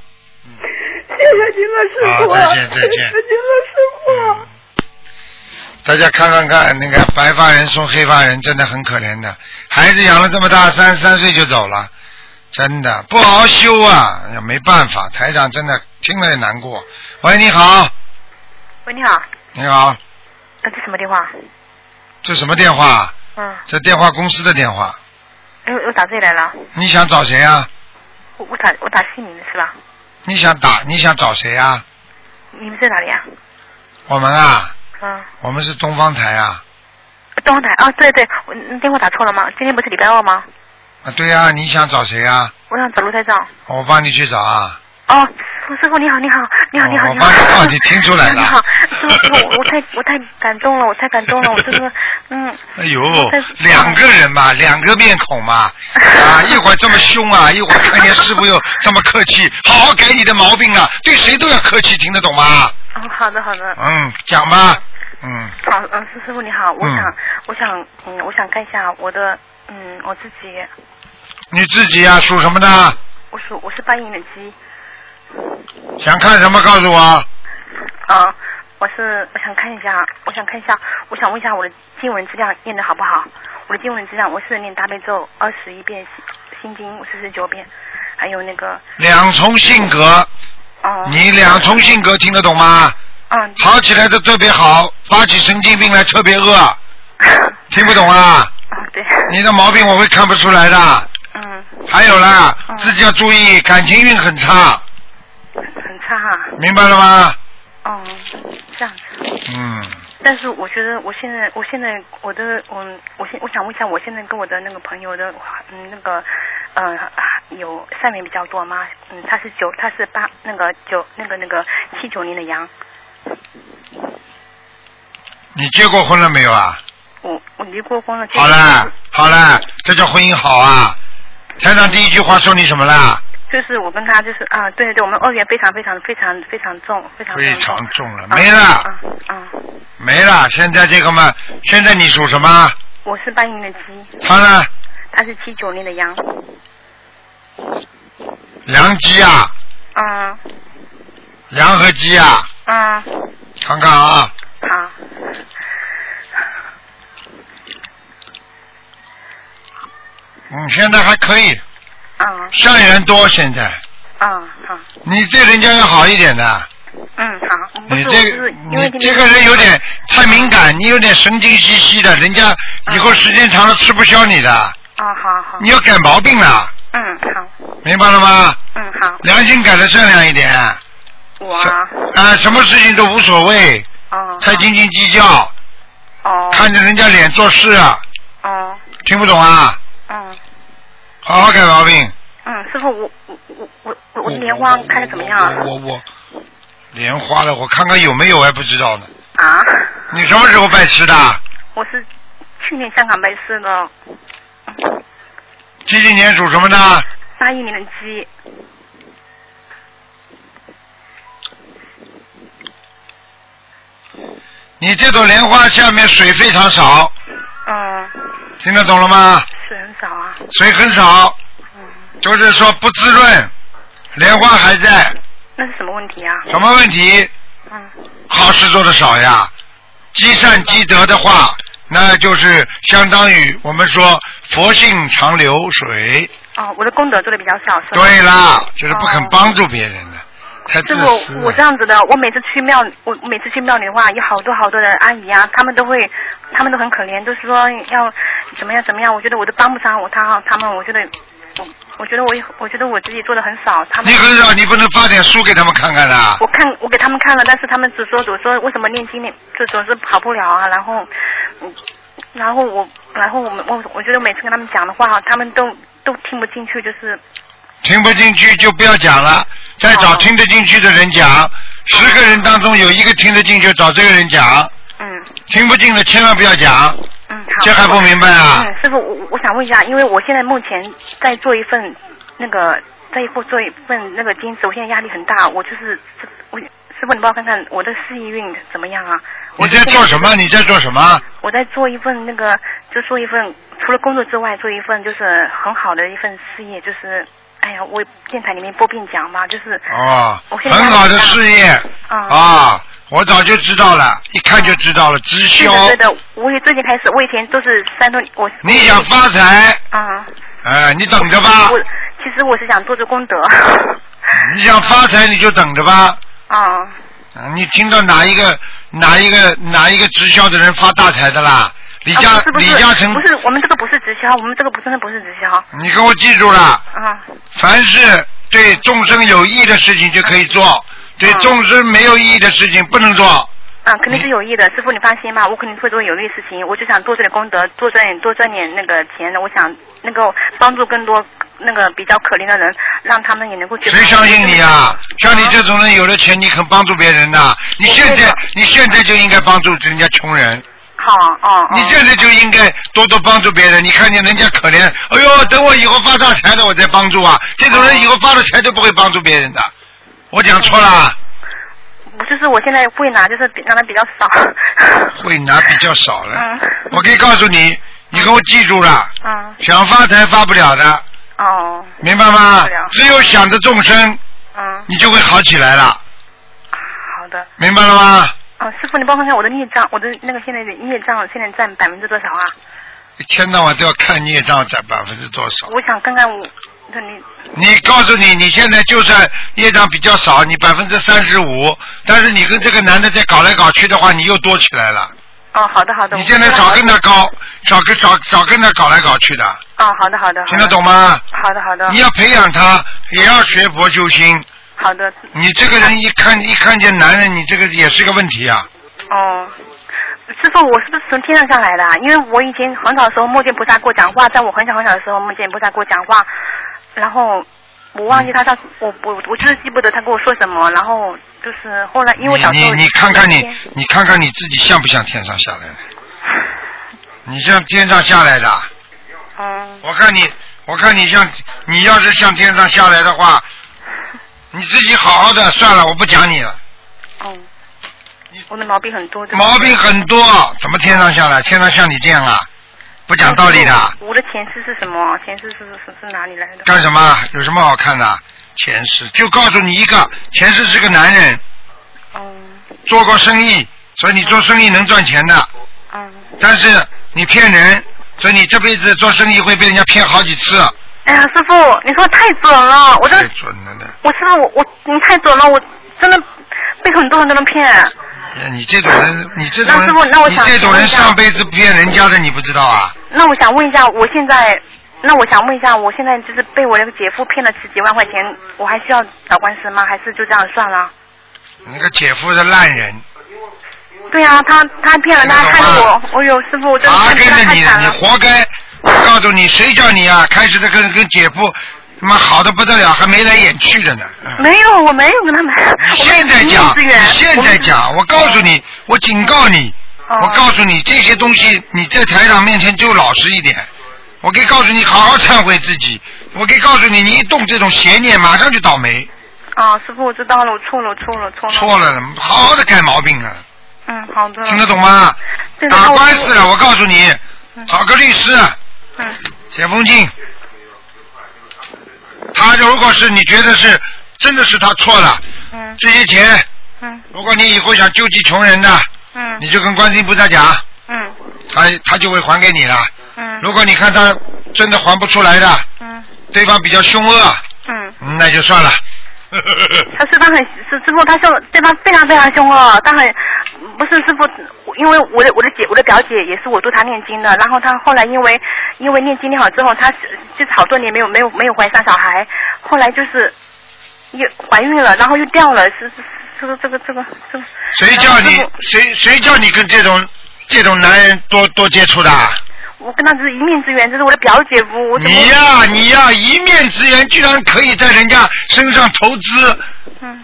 S5: 谢谢您了，师傅啊。
S1: 好再见再见
S5: 谢谢您了，师傅啊。
S1: 大家看看看，那个白发人送黑发人，真的很可怜的。孩子养了这么大，三三岁就走了，真的不好好修啊，哎呀没办法。台长真的听了也难过。喂，你好，
S7: 喂，你好，
S1: 你好，
S7: 呃这什么电话？
S1: 这什么电话？
S7: 嗯，
S1: 这电话公司的电话。
S7: 哎，我打这里来了，
S1: 你想找谁啊？
S7: 我我打我打西宁的是吧？
S1: 你想打？你想找谁啊？
S7: 你们在哪里啊？
S1: 我们啊，
S7: 嗯，
S1: 我们是东方台啊。
S7: 东方台啊，对对，我你电话打错了吗？今天不是礼拜二吗？
S1: 啊，对啊，你想找谁啊？
S7: 我想找卢台长。
S1: 我帮你去找啊。
S7: 哦，师师傅你好，你好，你好，你好，
S1: 我
S7: 你
S1: 帮你
S7: 好。
S1: 哦你听出来了
S7: 你好，师傅，我我太我太感动了，我太感动了，我真的，嗯，
S1: 哎呦
S7: 但，
S1: 两个人嘛，两个面孔嘛， 啊，一会儿这么凶啊，一会儿看见师傅又这么客气，好好改你的毛病啊，对谁都要客气，听得懂吗？
S7: 嗯，好的好的，
S1: 嗯，讲吧，嗯，
S7: 好，嗯，师师傅你好，我
S1: 嗯
S7: 想、我想嗯，我想看一下我的嗯我自己，
S1: 你自己呀、属什么的？
S7: 我属我是八一年的鸡，
S1: 想看什么告诉我？
S7: 啊、我是我想看一下，我想看一下，我想问一下我的经文质量念的好不好？我的经文质量，我是念大悲咒二十一遍，心心经四十九遍，还有那个，
S1: 两重性格，
S7: 哦、
S1: 你两重性格听得懂吗？
S7: 嗯，
S1: 好起来的特别好，发起神经病来特别 恶，听不懂啊？
S7: 哦对，
S1: 你的毛病我会看不出来的。
S7: 嗯，
S1: 还有啦，
S7: 嗯
S1: 自己要注意，感情运很差，
S7: 很差哈、
S1: 明白了吗？
S7: 嗯，这样子。
S1: 嗯，
S7: 但是我觉得我现在，我现在我的，嗯，我现我想问一下，我现在跟我的那个朋友的，嗯，那个，呃，有善缘比较多吗？嗯，他是九，他是八，那个九，那个那个七九年的羊。
S1: 你结过婚了没有啊？
S7: 我我离过婚了。
S1: 好了，好了，这叫婚姻好啊！台长第一句话说你什么啦？
S7: 就是我跟他就是啊，对对，我们二元非常非常非常非常重，非常
S1: 非常重了，
S7: 啊
S1: 没了，
S7: 啊啊！
S1: 没了。现在这个嘛，现在你属什么？
S7: 我是八一年的鸡，
S1: 他呢？
S7: 他是七九年的羊。
S1: 羊鸡啊，
S7: 嗯
S1: 羊和鸡啊，
S7: 嗯，
S1: 看看啊，
S7: 好。
S1: 嗯，现在还可以，
S7: 嗯
S1: 善缘多。现在
S8: 啊
S7: 嗯好，
S1: 你对人家要好一点的。
S7: 嗯好，不
S1: 你
S7: 是，
S1: 这
S7: 我就是
S1: 个
S7: 因为
S1: 你
S7: 今
S1: 这
S7: 天
S1: 个人有点太敏感，你有点神经兮兮的，人家以后时间长了吃不消你的，
S7: 啊，好好，
S1: 你要改毛病了，
S7: 嗯好，
S1: 明白了吗？
S7: 嗯好，
S1: 良心改的善良一点，啊、
S7: 我啊，
S1: 什么事情都无所谓，
S7: 哦，
S1: 太斤斤计较，
S7: 哦，
S1: 看着人家脸做事啊，
S7: 哦，
S1: 听不懂啊？
S7: 嗯
S1: 好好改毛病。
S7: 嗯，师傅，我我我我我我的莲花开的怎么样啊？
S1: 我我我我莲花了，我看看有没有还不知道呢。
S7: 啊，
S1: 你什么时候拜师的？
S7: 我是去年香港拜师的，
S1: 几几年属什么的？
S7: 八一年的鸡，
S1: 你这朵莲花下面水非常少，
S7: 嗯，
S1: 听得懂了吗？
S7: 水很少啊，
S1: 水很少，就是说不滋润，莲花还在，
S7: 那是什么问题啊？
S1: 什么问题？
S7: 嗯，
S1: 好事做的少呀。积善积德的话，那就是相当于我们说佛性长流水。
S7: 哦，我的功德做的比较少，是吧？
S1: 对啦，就是不肯
S7: 哦
S1: 帮助别人的，太
S7: 师
S1: 自私
S7: 傅，我这
S1: 了。
S7: 样子的，我每次去庙，我我每次去庙里的话，有好多好多的阿姨啊，她们都会，她们都很可怜，都是说要怎么样怎么样，我觉得我都帮不上我她她们，我觉得我我觉得我我觉得我自己做的很少，她们
S1: 你很少，你不能发点书给他们看看的。
S7: 我看我给她们看了，但是她们只说我说为什么念经念就总是好不了啊，然后嗯，然后我然后我们我我觉得每次跟她们讲的话，她们都都听不进去，就是
S1: 听不进去就不要讲了，再找
S7: 哦
S1: 听得进去的人讲。十个人当中有一个听得进，就找这个人讲；
S7: 嗯
S1: 听不进的千万不要讲。
S7: 嗯好。
S1: 这还不明白啊？
S7: 嗯，师傅，我我想问一下，因为我现在目前在做一份那个，在一做一份那个兼职，我现在压力很大，我就是我师傅，你帮我看看我的事业运怎么样啊？我
S1: 你在做什
S7: 么？
S1: 么？你在做什么？
S7: 我在做一份那个，就做一份除了工作之外，做一份就是很好的一份事业，就是哎呀，我电台里面播并奖嘛，就是
S1: 哦，
S7: 我现在
S1: 很好的事业
S7: 嗯
S1: 啊！我早就知道了，一看就知道了，直
S7: 对
S1: 销。
S7: 嗯的对的，我也最近开始，我以前都是山东，我
S1: 你想发财？
S7: 啊，
S1: 哎，你等着吧
S7: 我。其实我是想做做功德
S1: 你想发财你就等着吧。
S7: 啊。
S1: 嗯啊你听到哪一个哪一个哪一个直销的人发大财的啦？李嘉、
S7: 啊、不是不是
S1: 李嘉诚
S7: 不，是我们这个不是直销，我们这个不真的不是直销。
S1: 你给我记住了，
S7: 嗯
S1: 凡是对众生有益的事情就可以做，对
S7: 嗯
S1: 众生没有意义的事情不能做。
S7: 嗯，肯定是有益的，师傅你放心吧，我肯定会做有益的事情，我就想多做点功德，多赚点多赚点那个钱的，我想那个帮助更多那个比较可怜的人，让他们也能够觉得。
S1: 谁相信你啊？像你这种人，有了钱你肯帮助别人呐、你现在你现在就应该帮助人家穷人，
S7: 好哦哦。
S1: 你现在就应该多多帮助别人。你看见人家可怜，哎呦，等我以后发大财了我再帮助啊！这种人以后发了财都不会帮助别人的。我讲错
S7: 嗯
S1: 了，
S7: 不就是我现在会拿，就是比拿的比较少。
S1: 会拿比较少了。
S7: 嗯
S1: 我可以告诉你，你给我记住了，
S7: 嗯
S1: 想发财发不了的，
S7: 哦
S1: 明白吗
S7: 不了？
S1: 只有想着众生，
S7: 嗯，
S1: 你就会好起来了，
S7: 好的。
S1: 明白了吗？
S7: 嗯，师傅你帮我看看我的孽障，我的那个现在的孽障现在占百分之多少啊？
S1: 一天到晚都要看孽障占百分之多少。
S7: 我想看看我，那你
S1: 你告诉你，你现在就算业障比较少，你百分之三十五，但是你跟这个男的再搞来搞去的话，你又多起来了。
S7: 哦，好的好的。
S1: 你现在少跟他搞，少跟少少跟他搞来搞去的，
S7: 哦，好的好的。好的
S1: 听得懂？吗？
S7: 好的好的
S1: 你。要培养他，也要学佛修心。
S7: 好的，
S1: 你这个人一看一看见男人，你这个也是个问题啊！
S7: 哦。师傅，我是不是从天上下来的、啊？因为我以前很早的时候梦见菩萨给我讲话，在我很小很小的时候梦见菩萨给我讲话，然后我忘记他上次我我我就是记不得他跟我说什么，然后就是后来因为我小
S1: 你
S7: 时候
S1: 你你看看你，你看看你自己像不像天上下来的？你像天上下来的啊？
S7: 嗯
S1: 我看你，我看你像，你要是像天上下来的话，你自己好好的算了，我不讲你了。
S7: 嗯，我的毛病很多。对不对
S1: 毛病很多，怎么天上下来？天上像你这样啊？不讲道理的，
S7: 我的前世是什么？前世是是是哪里来的？
S1: 干什么？有什么好看的？前世就告诉你一个，前世是个男人，
S7: 嗯
S1: 做过生意，所以你做生意能赚钱的，
S7: 嗯，
S1: 但是你骗人，所以你这辈子做生意会被人家骗好几次。
S7: 哎呀，师傅，你说太准了，我这
S1: 太准了呢！
S7: 我师傅我我你太准了，我真的被很多人都能骗。
S1: 哎你这种人，你这种
S7: 那师傅那我
S1: 人，你
S7: 想
S1: 这种
S7: 问
S1: 人
S7: 一下
S1: 上辈子骗人家的，你不知道啊？
S7: 那我想问一下，我现在，那我想问一下，我现在就是被我那个姐夫骗了十几万块钱，我还需要打官司吗？还是就这样算了？
S1: 你那个姐夫是烂人，
S7: 对啊，他他骗了，他
S1: 你懂
S7: 害了
S1: 吗
S7: 我，我有哦哎师傅，我真的
S1: 啊，
S7: 太
S1: 跟着
S7: 太
S1: 你的，
S7: 惨
S1: 你
S7: 了。
S1: 活该！我告诉你，谁叫你啊？开始的跟跟姐夫，他妈好的不得了，还眉来眼去的呢。嗯
S7: 没有，我没有跟他们，
S1: 你
S7: 我没 有
S1: 现在
S7: 情
S1: 讲，
S7: 之
S1: 你
S7: 缘，
S1: 现
S7: 我
S1: 在
S7: 们
S1: 讲，我告诉你，我警告你，
S7: 哦
S1: 我告诉你，这些东西你在台长面前就老实一点。我可以告诉你，好好忏悔自己。我可以告诉你，你一动这种邪念，马上就倒霉。
S7: 啊，师傅，我知道了，我错了，我错了，错了。
S1: 错了，好好的改毛病啊，
S7: 嗯，好的。
S1: 听得懂吗？
S7: 对
S1: 打官司
S7: 然
S1: 了，
S7: 后
S1: 我告诉你，
S7: 嗯
S1: 找个律师，
S7: 我嗯
S1: 解封禁。他如果是你觉得是真的是他错了，
S7: 嗯
S1: 这些钱，
S7: 嗯
S1: 如果你以后想救济穷人的，
S7: 嗯
S1: 你就跟观世音菩萨讲，
S7: 嗯
S1: 他他就会还给你了。
S7: 嗯
S1: 如果你看他真的还不出来的，
S7: 嗯
S1: 对方比较凶恶，
S7: 嗯，
S1: 嗯那就算 了。
S7: 他师傅很师师傅，他凶对方非常非常凶哦，他很不是师傅，因为我的我的姐我的表姐也是我助她念经的，然后她后来因为因为念经念好之后，她就是好多年没有没有没有怀上小孩，后来就是又怀孕了，然后又掉了，是是是这个这个这个这个。
S1: 谁叫
S7: 然后师
S1: 你
S7: 傅
S1: 谁谁叫你跟这种这种男人多多接触的啊？
S7: 我跟他只是一面之缘，这是我的表姐夫，我怎么
S1: 你呀、你呀、一面之缘居然可以在人家身上投资，
S7: 嗯，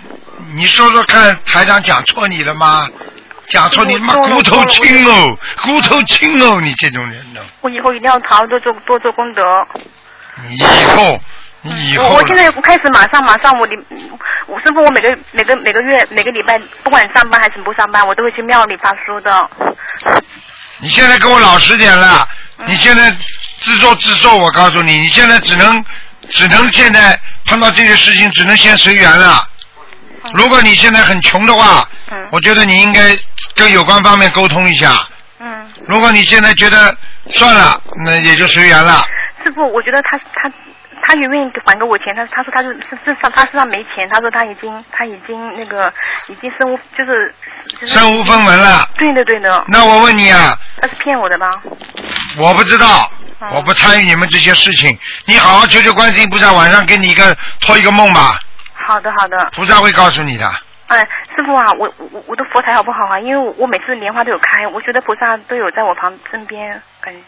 S1: 你说说看，台长讲错你了吗？讲错你
S7: 我
S1: 妈
S7: 错了
S1: 骨头
S7: 我错了
S1: 轻哦，骨头轻哦，你这种人呢？
S7: 我以后一定要好好多做多做功德。
S1: 你以后，你以
S7: 嗯我
S1: 后
S7: 我，现在开始马上马上我礼，我师傅我每个每个每个月每个礼拜不管上班还是不上班，我都会去庙里发书的。
S1: 你现在跟我老实点了。
S7: 嗯
S1: 你现在自作自受，我告诉你，你现在只能，只能现在碰到这些事情，只能先随缘了。
S7: 嗯
S1: 如果你现在很穷的话，
S7: 嗯
S1: 我觉得你应该跟有关方面沟通一下。
S7: 嗯，
S1: 如果你现在觉得算了，那也就随缘了。
S7: 师傅，我觉得他他他他也愿意还给我钱，他他说他就身身上他身上没钱，他说他已经他已经那个已经身无就是就是
S1: 身无分文了。
S7: 对的对的，
S1: 那我问你啊，
S7: 他是骗我的吧？
S1: 我不知道，我不参与你们这些事情。你好好求求观世音菩萨，晚上给你一个托一个梦吧，
S7: 好的好的，
S1: 菩萨会告诉你的。
S7: 哎，师傅啊，我我我的佛台好不好啊？因为我我每次莲花都有开，我觉得菩萨都有在我旁身边，感觉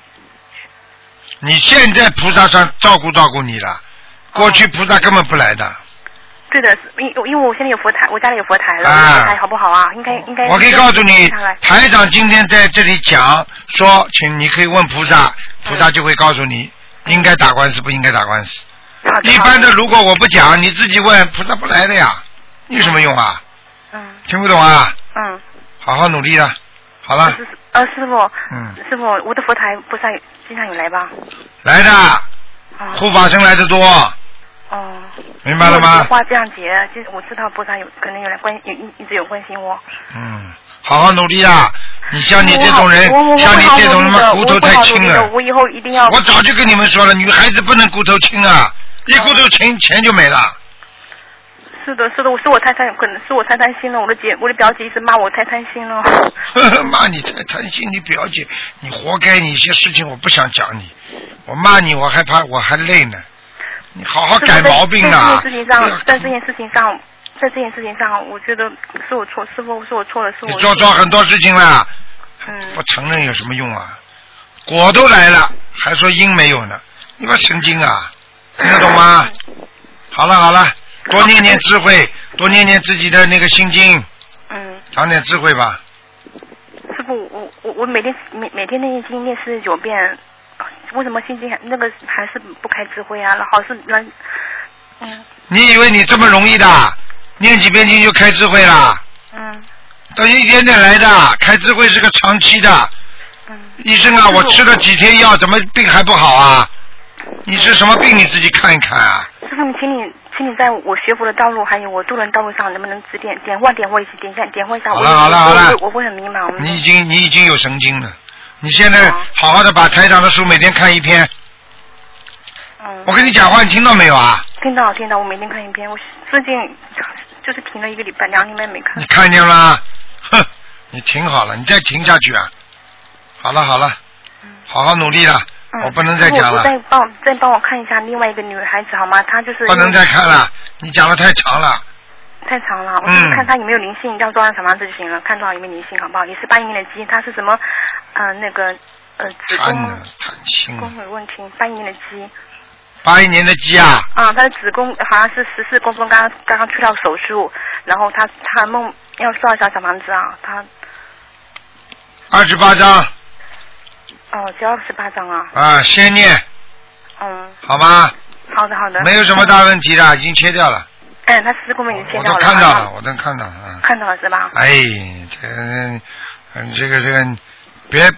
S1: 你现在菩萨算照顾照顾你了，过去菩萨根本不来的。
S7: 对的，是因因为我现在有佛台，我家里有佛台了，
S1: 啊哦
S7: 佛台好不好啊？应该应该。
S1: 我可以告诉你
S7: 下来，
S1: 台长今天在这里讲说，请你可以问菩
S7: 嗯
S1: 萨，菩萨就会告诉你应该打官司不应该打官司。
S7: 好的
S1: 一般的，
S7: 好
S1: 如果我不讲，你自己问菩萨不来的呀，你有什么用啊？
S7: 嗯
S1: 听不懂啊？
S7: 嗯，
S1: 好好努力了，好了，
S7: 师呃师傅
S1: 嗯，
S7: 师傅，我的佛台菩萨有经常有来吧？
S1: 来的
S7: 啊
S1: 护法神来的多，
S7: 哦，
S1: 明白了吗？
S7: 花这样节，就是我知道菩萨有可能有来关有一一直有关心我。
S1: 嗯，好好努力啊！你像你这种人
S7: 我我，
S1: 像你这种他妈骨头太轻了
S7: 我，我以后一定要
S1: 我早就跟你们说了，女孩子不能骨头轻啊，一骨头轻钱就没了。
S7: 是的，是的，我是我太贪，可能是我太贪心了。我的姐，我的表姐一直骂我太贪心了。
S1: 骂你太贪心，你表姐，你活该，你一些事情我不想讲你，我骂你我还怕我还累呢，你好好改毛病啊！
S7: 在这件事情
S1: 不要
S7: 上，在这件事情上，在这件事情上，我觉得是我错，师傅是我错了，是我
S1: 你做错很多事情了，
S7: 嗯
S1: 不，承认有什么用啊？果都来了，还说因没有呢，你妈神经啊！听得懂吗？好了好了，多念念智慧，多念念自己的那个心经，
S7: 嗯，
S1: 长点智慧吧。
S7: 师傅，我我我每天每每天念经念四十九遍，啊为什么心经还那个还是不开智慧啊？老是乱，嗯
S1: 你以为你这么容易的？念几遍经就开智慧啦？
S7: 嗯
S1: 都一点点来的，开智慧是个长期的。
S7: 嗯，
S1: 医生啊，我吃了几天药，怎么病还不好啊？你是什么病？你自己看一看啊。
S7: 师傅，你请你请你在我学佛的道路还有我做人道路上能不能指点点化点我一下，点一下点化一下
S1: 好
S7: 我？
S1: 了好了好了嗯
S7: 我我会很迷茫。
S1: 你已经你已经有神经了，你现在
S7: 嗯好
S1: 好好的把台长的书每天看一篇。
S7: 嗯，
S1: 我跟你讲话，你听到没有啊？
S7: 听到听到，我每天看一篇。我最近就是停了一个礼拜，两个礼拜没看
S1: 你。看见了？哼，你停好了，你再停下去啊！好了好了，好好努力了，
S7: 嗯、
S1: 我哦不能再讲
S7: 师傅
S1: 了，
S7: 再帮我再帮我看一下另外一个女孩子好吗？她就是
S1: 不能再看了，你讲的太长了。
S7: 太长了，我
S1: 嗯
S7: 就是看她有没有灵性，要多少小房子就行了，看多少有没有灵性好不好？也是八一年的鸡，她是什么？呃，那个呃子
S1: 贪
S7: 宫
S1: 呢，贪心啊。
S7: 宫有问题，八一年的鸡。
S1: 八一年的鸡啊，
S7: 啊，她的子宫好像是十四公分，刚刚刚刚去掉手术，然后她她梦要多少小小房子啊？她
S1: 二十八章
S7: 哦，只要十八张啊，
S1: 啊，先念
S7: 嗯，
S1: 好吗？
S7: 好的好的，
S1: 没有什么大问题的，已经切掉了，
S7: 哎，他十公分已经
S1: 我都
S7: 切掉了，
S1: 看到
S7: 啊
S1: 了，我都看到了啊。
S7: 看到了是吧？
S1: 哎，这个，嗯，这个这个，别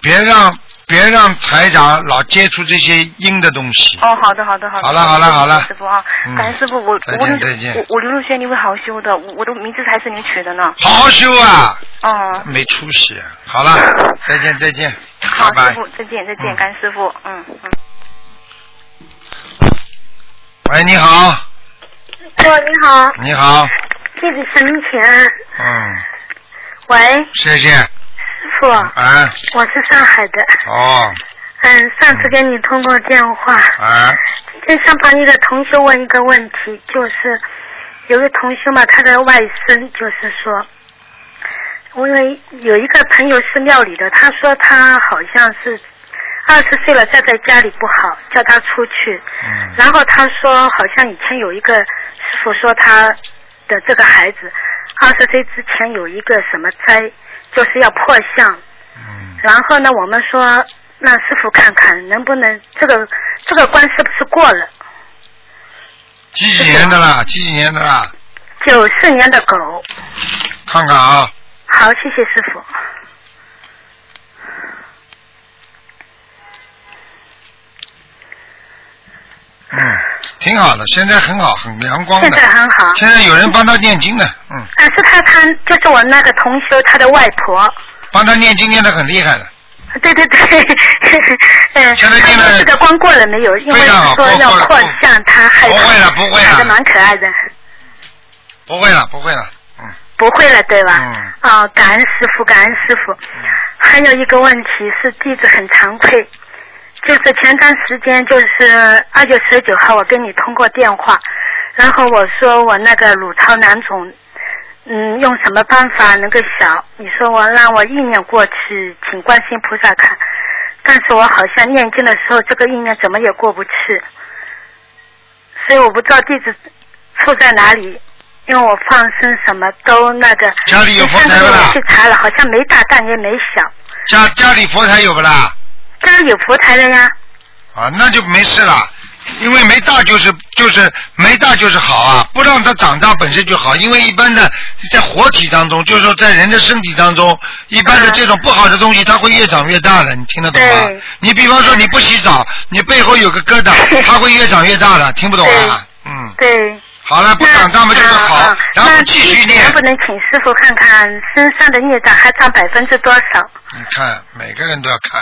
S1: 别让别让台长老接触这些阴的东西。
S7: 哦，好的，好的，好的。
S1: 好了好了好了
S7: 师傅啊
S1: 嗯，
S7: 感恩师傅，我
S1: 再见
S7: 我
S1: 再见
S7: 我我刘若轩你会好修的，我我的名字还是你取的呢。
S1: 好好修啊，
S7: 嗯，
S1: 没出息啊。好了，再见再见，
S7: 好
S1: 拜，
S7: 师
S1: 拜。
S7: 傅再见再
S1: 嗯
S7: 见，感恩师傅，嗯嗯。
S1: 喂，你好，
S8: 喂，你好，
S1: 你好，
S8: 弟子陈明前。
S1: 嗯，
S8: 喂，师
S1: 谢谢，
S8: 傅，
S1: 啊，
S8: 我是上海的。
S1: 哦，
S8: 嗯，上次跟你通过电话，
S1: 啊，
S8: 就想帮一个同学问一个问题，就是有个同学嘛，他的外甥就是说，我有有一个朋友是庙里的，他说他好像是二十岁了，再在家里不好，叫他出去。
S1: 嗯，
S8: 然后他说，好像以前有一个师傅说他的这个孩子二十岁之前有一个什么灾，就是要破相。
S1: 嗯，
S8: 然后呢，我们说让师傅看看能不能这个这个关是不是过了？
S1: 几几年的啦？几几年的啦？
S8: 九四年的狗，
S1: 看看啊，
S8: 好，谢谢师傅。啊
S1: 嗯，挺好的，现在很好，很阳光
S8: 现
S1: 的
S8: 在。很好。
S1: 现在有人帮他念经的，嗯，
S8: 啊，是他他就是我那个同修他的外婆，
S1: 帮他念经念的很厉害的，
S8: 对对对， 嗯，
S1: 现在进来
S8: 他这个光过了没有？因为
S1: 非常好
S8: 说要扩散，他害
S1: 不
S8: 怕。
S1: 会了不会了啊
S8: 长得蛮可爱的，
S1: 不会了，不会了，嗯，
S8: 不会了，对吧？
S1: 嗯
S8: 哦，感恩师傅，感恩师傅。还有一个问题是，弟子很惭愧，就是前段时间，就是二月十九号，我跟你通过电话，然后我说我那个乳巢囊肿，嗯，用什么办法能够小？你说我让我意念过去，请观世音菩萨看，但是我好像念经的时候，这个意念怎么也过不去，所以我不知道弟子错在哪里。因为我放生什么都那个，
S1: 家里有佛台不
S8: 上次
S1: 啦
S8: 我去查了，好像没大但也没小，
S1: 家家里佛台有不啦？
S8: 这个有佛台的呀。
S1: 啊，那就没事了，因为没大就是就是没大就是好啊，不让它长大本身就好，因为一般的在活体当中，就是说在人的身体当中，一般的
S8: 嗯
S1: 这种不好的东西，它会越长越大的，你听得懂吗
S8: 对？
S1: 你比方说你不洗澡，你背后有个疙瘩， 它会越长越大的，听不懂啊？嗯，
S8: 对。
S1: 好了，不
S8: 那
S1: 长大嘛就是
S8: 啊
S1: 好
S8: 啊，
S1: 然后
S8: 那
S1: 继续
S8: 你
S1: 念
S8: 能。不能请师傅看看身上的孽障还占百分之多少
S1: 你看，每个人都要看。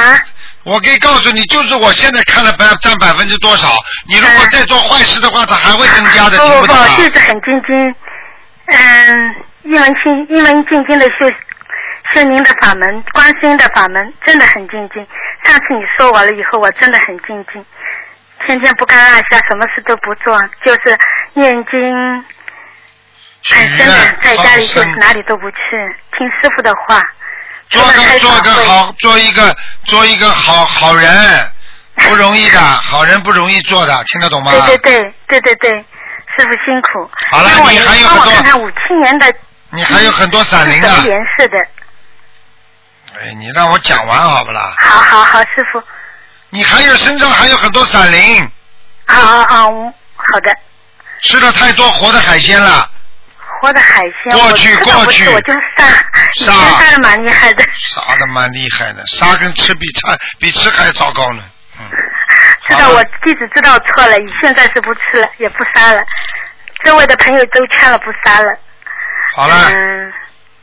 S8: 啊？
S1: 我可以告诉你，就是我现在看了百占百分之多少，你如果
S8: 嗯
S1: 再做坏事的话，它还会增加的，
S8: 不
S1: 听
S8: 哦不
S1: 懂啊
S8: 不，
S1: 吗？
S8: 弟子很精进，嗯，一门心一门进精的修修您的法门，观世音的法门，真的很精进。上次你说我了以后，我真的很精进，天天不干二下，什么事都不做，就是念经。
S1: 许
S8: 很真的
S1: 愿，
S8: 在家
S1: 放
S8: 里就是
S1: 生
S8: 哪里都不去，听师傅的话。
S1: 做
S8: 真的
S1: 个
S8: 开
S1: 做
S8: 法
S1: 个
S8: 会
S1: 好，做一个做一个好好人，不容 易的，好人不容易做的，听得懂吗？
S8: 对对对对对对，师傅辛苦。
S1: 好了
S8: 那我
S1: 你还有
S8: 帮
S1: 很
S8: 我
S1: 多
S8: 看看五七年的
S1: 你还有很多
S8: 嗯是
S1: 闪灵啊
S8: 什么
S1: 的，
S8: 颜色的？
S1: 哎，你让我讲完好不啦？
S8: 好好好，师傅，
S1: 你还有身上还有很多闪灵，
S8: 啊啊啊，嗯好的。
S1: 吃了太多活的海鲜了，
S8: 活的海鲜，
S1: 过
S8: 我
S1: 去
S8: 知道
S1: 过
S8: 不是
S1: 去
S8: 我就是杀，以
S1: 杀
S8: 前杀的蛮厉害的，
S1: 杀的蛮厉害的，杀跟吃比菜比吃还糟糕呢。嗯，
S8: 知
S1: 好
S8: 道
S1: 了
S8: 我弟子知道错了，现在是不吃了，也不杀了，周围的朋友都劝了不杀了。
S1: 好了
S8: 嗯。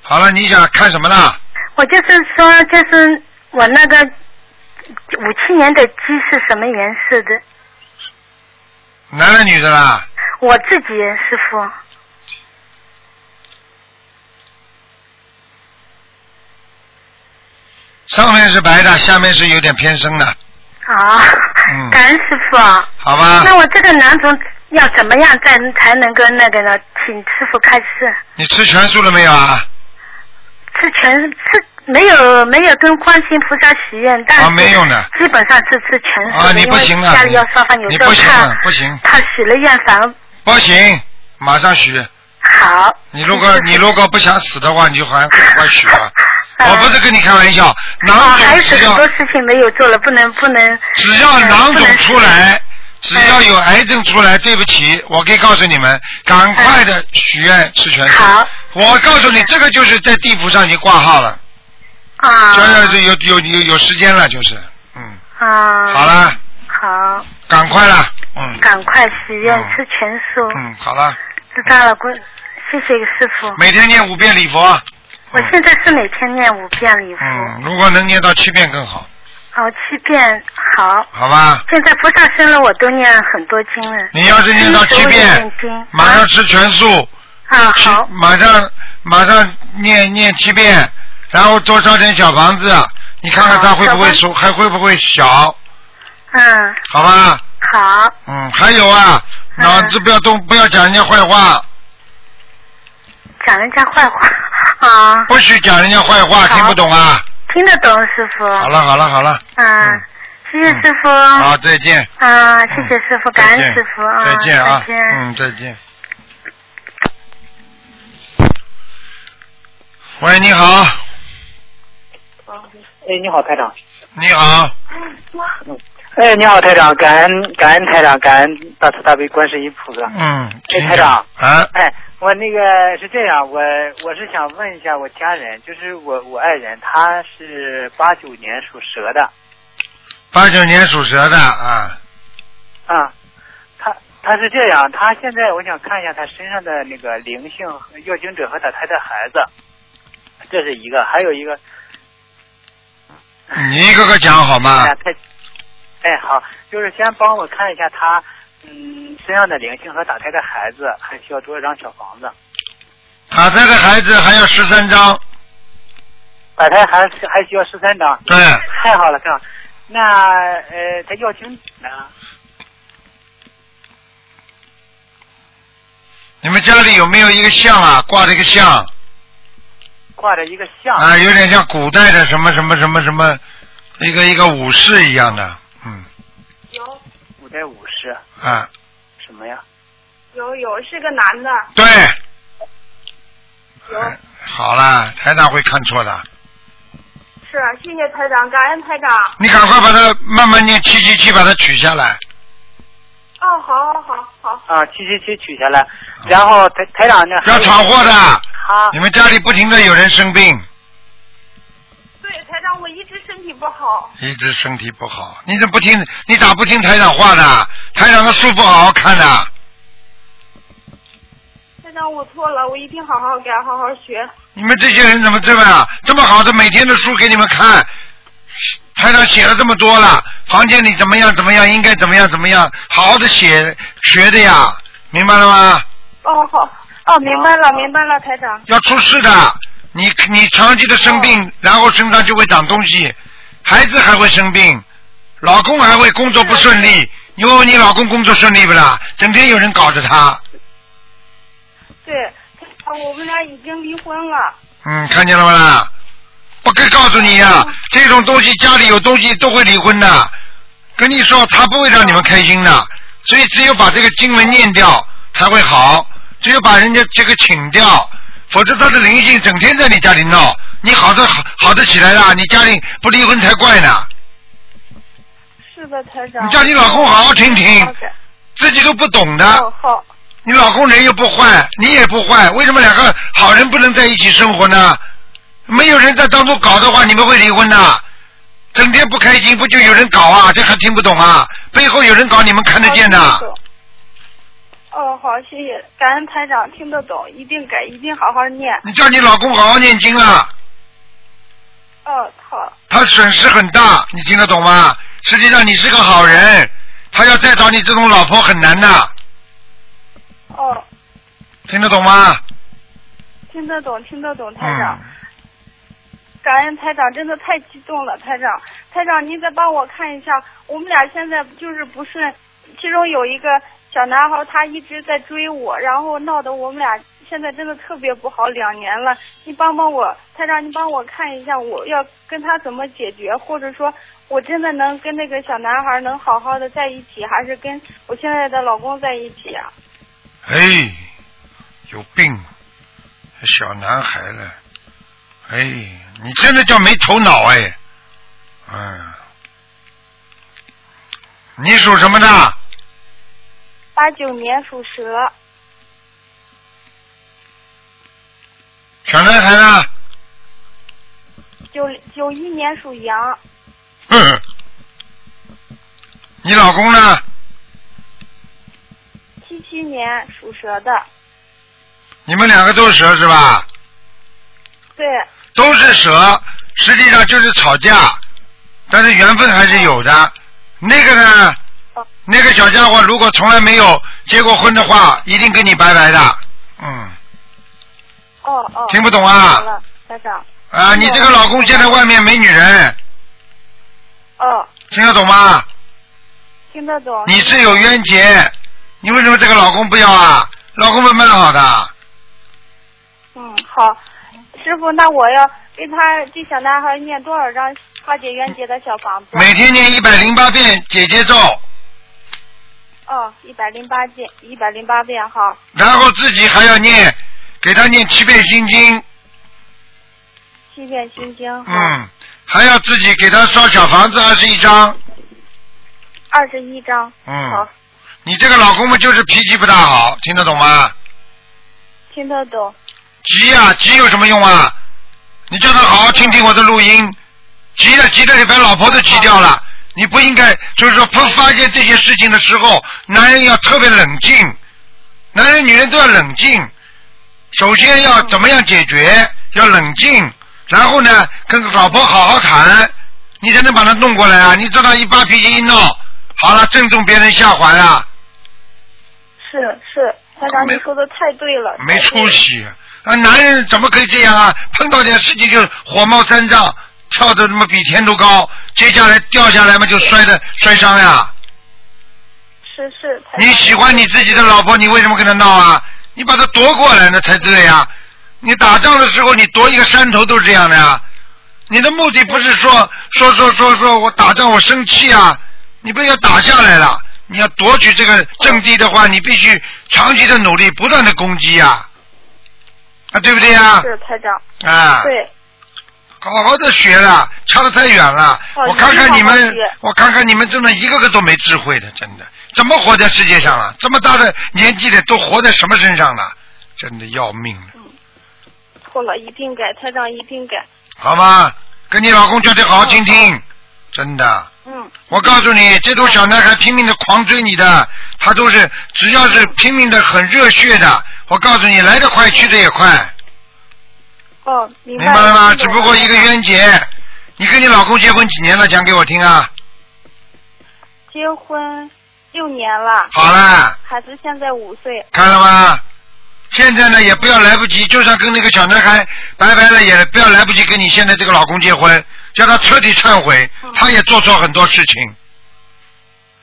S1: 好了，你想看什么呢？
S8: 我就是说，就是我那个五七年的鸡是什么颜色的？
S1: 男的女的啦？
S8: 我自己师傅
S1: 上面是白的，下面是有点偏深的，
S8: 啊
S1: 嗯，
S8: 感恩师傅啊。
S1: 好吧？
S8: 那我这个囊肿要怎么样才才能够那个呢？请师傅开示。
S1: 你吃全素了没有啊？
S8: 是全是没有没有跟观世音菩萨许愿，但是
S1: 啊没有呢
S8: 基本上是吃全素的，
S1: 啊你不行啊
S8: 因为家里要烧饭，有
S1: 你你
S8: 时
S1: 不
S8: 候
S1: 行啊
S8: 怕
S1: 不行
S8: 怕许了愿反而
S1: 不行，马上许。
S8: 好。
S1: 你如 果你如果不想死的话，你就还赶快许吧。
S8: 嗯
S1: 我不是跟你开玩笑，
S8: 啊
S1: 囊
S8: 还
S1: 肿只
S8: 有很
S1: 要
S8: 多事情没有做了，不能不能。
S1: 只要
S8: 嗯
S1: 囊肿出。来，只
S8: 能
S1: 要有癌症出来，对不起，我可以告诉你们，赶快的许愿吃
S8: 不
S1: 全
S8: 能
S1: 素。
S8: 好
S1: 我告诉你，这个就是在地府上已经挂号了，
S8: 啊
S1: 就要有有有有时间了，就是，嗯，
S8: 啊。
S1: 好，了，
S8: 好，
S1: 赶快了，嗯
S8: 赶快许愿
S1: 嗯
S8: 吃全素，
S1: 嗯，好了，
S8: 知道了，关。谢谢师傅。
S1: 每天念五遍礼佛，
S8: 我
S1: 嗯
S8: 现在是每天念五遍礼佛，
S1: 嗯，如果能念到七遍更好，
S8: 哦，七遍好。
S1: 好吧？
S8: 现在菩萨生了，我都念很多经了。
S1: 你要是念到七遍
S8: 念经，
S1: 马上吃全素，
S8: 啊，
S1: 吃
S8: 好，
S1: 马上马上念念七遍，然后多烧点小房子，啊你看看
S8: 好
S1: 它会不会
S8: 小
S1: 熟，还会不会小，
S8: 嗯，
S1: 好吧？
S8: 好，
S1: 嗯，还有啊，
S8: 嗯
S1: 脑子不要动，不要讲人家坏话，
S8: 讲人家坏话啊，
S1: 不许讲人家坏话，
S8: 好
S1: 听不懂啊？
S8: 听得懂师傅。
S1: 好了好了好了，
S8: 嗯
S1: 嗯，
S8: 谢谢师傅。
S1: 好，再见。
S8: 啊，谢谢师傅，感恩师傅啊，
S1: 再见啊
S8: 再，见。
S1: 嗯，再见。喂，你好，
S9: 哎，你好，台长。
S1: 你好，
S9: 哎，你好，台长，感恩感恩台长，感恩大慈大悲观世音菩萨。
S1: 嗯，请
S9: 哎台长
S1: 讲啊，
S9: 哎，我那个是这样，我我是想问一下我家人，就是我我爱人，他是八九年属蛇的
S1: 八九年属蛇的啊，
S9: 啊，他他是这样，他现在我想看一下他身上的那个灵性和要经者和他他的孩子，这是一个，还有一个
S8: 哎
S1: 你一个个讲好吗
S9: 哎？呀太，哎，好，就是先帮我看一下他，嗯，身上的灵性和打胎的孩子，还需要多少张小房子？
S1: 打胎的孩子还有十三张，
S9: 打胎还是还需要十三张？
S1: 对，
S9: 太好了，太好了。那呃，他要听呢？
S1: 你们家里有没有一个像啊？挂了一个像
S9: 挂着一个像。
S1: 啊，有点像古代的什么什么什么什么，一个一个武士一样的，嗯
S9: 古代武士
S1: 啊，
S9: 什么呀？
S10: 有有是个男的，
S1: 对，哎好啦，台长会看错的，
S10: 是谢谢台长，感恩台长。
S1: 你赶快把它慢慢念七七七，把它取下来。
S10: 哦，好好好好，
S9: 啊，七七七取下来，然后台台长呢？
S1: 要闯祸的
S9: 啊
S1: 你们家里不停的有人生病，
S10: 对台长，我一直身体不好，
S1: 一直身体不好，你怎么不听？你咋不听台长话呢？台长的书不好好看的、
S10: 台长我错了，我一定好好改，好好学。
S1: 你们这些人怎么这么啊？这么好的每天的书给你们看，台上写了这么多了，房间里怎么样怎么样，应该怎么样怎么样，好好的写学的呀，明白了吗？
S10: 哦好，哦明白了明白了，台长。
S1: 要出事的，你你长期的生病，然后身上就会长东西，孩子还会生病，老公还会工作不顺利。你问问你老公工作顺利不啦？整天有人搞着他，
S10: 对，台长我们俩已经离婚了。
S1: 嗯，看见了吗啦？我可以告诉你呀、
S10: 嗯
S1: 这种东西家里有东西都会离婚的。跟你说，他不会让你们开心的，所以只有把这个经文念掉才会好，只有把人家这个请掉，否则他的灵性整天在你家里闹，你好的好好的起来了，你家里不离婚才怪呢。
S10: 是的，台长。
S1: 你叫你老公好好听听
S10: 好的
S1: 自己都不懂
S10: 哦
S1: 的，
S10: 好，
S1: 你老公人又不坏，你也不坏，为什么两个好人不能在一起生活呢？没有人在当中搞的话，你们会离婚的。整天不开心，不就有人搞啊？这还听不懂啊？背后有人搞，你们看得见的。
S10: 好听懂哦，好，谢谢，感恩台长听得懂，一定改，一定好好念。
S1: 你叫你老公好好念经啊，
S10: 哦，好，
S1: 他损失很大，你听得懂吗？实际上你是个好人，他要再找你这种老婆很难的，
S10: 哦，
S1: 听得懂吗？
S10: 听得懂，听得懂，台长。
S1: 嗯，
S10: 感恩台长，真的太激动了，台长，台长，您再帮我看一下，我们俩现在就是不顺，其中有一个小男孩他一直在追我，然后闹得我们俩现在真的特别不好，两年了，你帮帮我，台长，你帮我看一下，我要跟他怎么解决，或者说我真的能跟那个小男孩能好好的在一起，还是跟我现在的老公在一起啊？
S1: 哎，有病，小男孩了，哎，你真的叫没头脑哎，嗯，你属什么的？
S10: 八九年属蛇，
S1: 小男孩呢？
S10: 九九一年属羊，
S1: 哼，嗯你老公呢？
S10: 七七年属蛇的，
S1: 你们两个都是蛇是吧？
S10: 对。
S1: 都是蛇，实际上就是吵架，但是缘分还是有的。那个呢，那个小家伙如果从来没有结过婚的话，一定跟你拜拜的。嗯，
S10: 哦哦，
S1: 听不懂啊
S10: 好了，台长。
S1: 啊，你这个老公现在外面没女人，
S10: 哦，
S1: 听得懂吗？
S10: 听得懂。
S1: 你是有冤结，你为什么这个老公不要啊？老公们蛮好的，
S10: 嗯，好，师傅，那我要给他这小男孩念多少张化解冤结的小房子？
S1: 每天念一百零八遍姐姐咒，
S10: 哦，一百零八遍，一百零八遍哈。
S1: 然后自己还要念，给他念七遍心经，
S10: 七遍心经，哈，
S1: 嗯，还要自己给他烧小房子二十一张，
S10: 二十一张。
S1: 嗯
S10: 好，，
S1: 你这个老公嘛，就是脾气不大好，听得懂吗？
S10: 听得懂。
S1: 急呀、急有什么用啊？你叫他好好听听我的录音，急了急了，你把老婆都急掉了。你不应该，就是说，不发现这些事情的时候，男人要特别冷静，男人女人都要冷静。首先要怎么样解决，要冷静，然后呢，跟老婆好好谈，你才能把他弄过来啊！你这他一发脾气一闹，好了，正中别人下怀啊了，
S10: 是是，台长你说的太对了，
S1: 没出息。啊，男人怎么可以这样啊？碰到点事情就火冒三丈，跳的他妈比天都高，接下来掉下来嘛就摔的摔伤呀、
S10: 是是，台长
S1: 你喜欢你自己的老婆，你为什么跟她闹啊？你把她夺过来那才对呀、你打仗的时候，你夺一个山头都是这样的呀、你的目的不是说说说说说我打仗我生气啊，你不要打下来了，你要夺取这个阵地的话，你必须长期的努力，不断的攻击呀、啊，对不对呀、
S10: 是台长，
S1: 啊？
S10: 对，
S1: 好好的学了，差得太远了。
S10: 哦
S1: 我看看你
S10: 一定要
S1: 们
S10: 好学，
S1: 我看看你们真的一个个都没智慧的，真的怎么活在世界上啊了？这么大的年纪的都活在什么身上了？真的要命了，
S10: 错了，一定改，台长一定改。
S1: 好吗？跟你老公叫他好好听听，真的。
S10: 嗯，
S1: 我告诉你，这种小男孩拼命的狂追你的，他都是只要是拼命的很热血的，我告诉你，来得快去得也快，
S10: 哦，明
S1: 明
S10: 白
S1: 白了吗？只
S10: 听懂
S1: 不过一个冤结。你跟你老公结婚几年了？讲给我听啊！
S10: 结婚六年了，
S1: 好了。
S10: 孩子现在五岁，
S1: 看了吗？现在呢，也不要来不及，就算跟那个小男孩拜拜了，也不要来不及跟你现在这个老公结婚，叫他彻底忏悔，他也做错很多事情，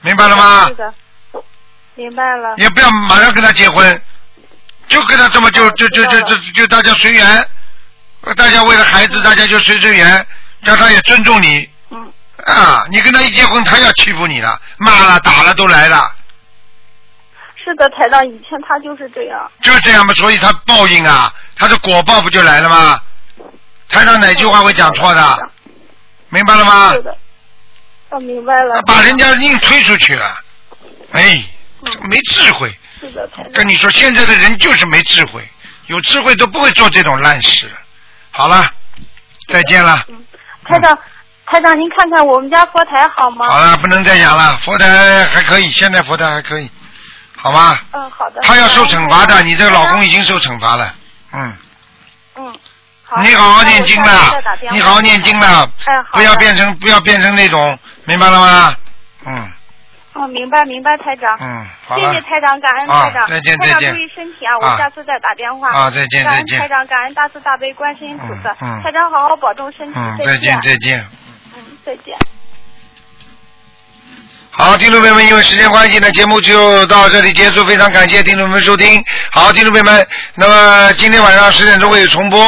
S1: 明白了吗
S10: 是？的，明白了。
S1: 也不要马上跟他结婚，就跟他这么
S10: 哦
S1: 就就就就就就大家随缘，呃大家为了孩
S10: 嗯
S1: 子，大家就随随缘，叫他也尊重你。啊，你跟他一结婚，他要欺负你了，骂了打了都来了，
S10: 是的，台长，以前他就是这样。
S1: 就是这样嘛，所以他报应啊，他的果报不就来了吗？台上哪句话会讲错的？明白了吗
S10: 嗯是？的。哦，明白了。
S1: 把人家硬推出去了，哎，
S10: 嗯
S1: 没智慧。
S10: 是的，台长。
S1: 跟你说，现在的人就是没智慧，有智慧都不会做这种烂事。好了，再见了，
S10: 台长，台长，您看看我们家佛台好吗？
S1: 好了，不能再讲了。佛台还可以，现在佛台还可以，好吗？
S10: 嗯，好的。嗯
S1: 他要受惩罚的，你这个老公
S10: 台
S1: 已经受惩罚了，嗯。
S10: 长。嗯。好
S1: 你好好念经
S10: 那我下
S1: 啦
S10: 次再打电，话
S1: 你好好念经啦，
S10: 哎，好的。
S1: 不要变成不要变成那种，明白了吗？嗯
S10: 哦，明白明白，台长。
S1: 嗯，好
S10: 谢
S1: 了
S10: 谢。台长，感恩
S1: 啊
S10: 台长。
S1: 再见
S10: 台长
S1: 再见
S10: 注意身体啊，我
S1: 啊
S10: 下次再打电话。
S1: 啊再见
S10: 感恩
S1: 再见
S10: 台长，感恩大慈大悲观世音菩萨。
S1: 嗯嗯
S10: 台长，好好保重身体。
S1: 嗯，
S10: 再
S1: 再见再见。
S10: 嗯，再见。
S1: 好，听众朋友们，因为时间关系呢，节目就到这里结束。非常感谢听众朋友们收听。好，听众朋友们，那么今天晚上十点钟会有重播。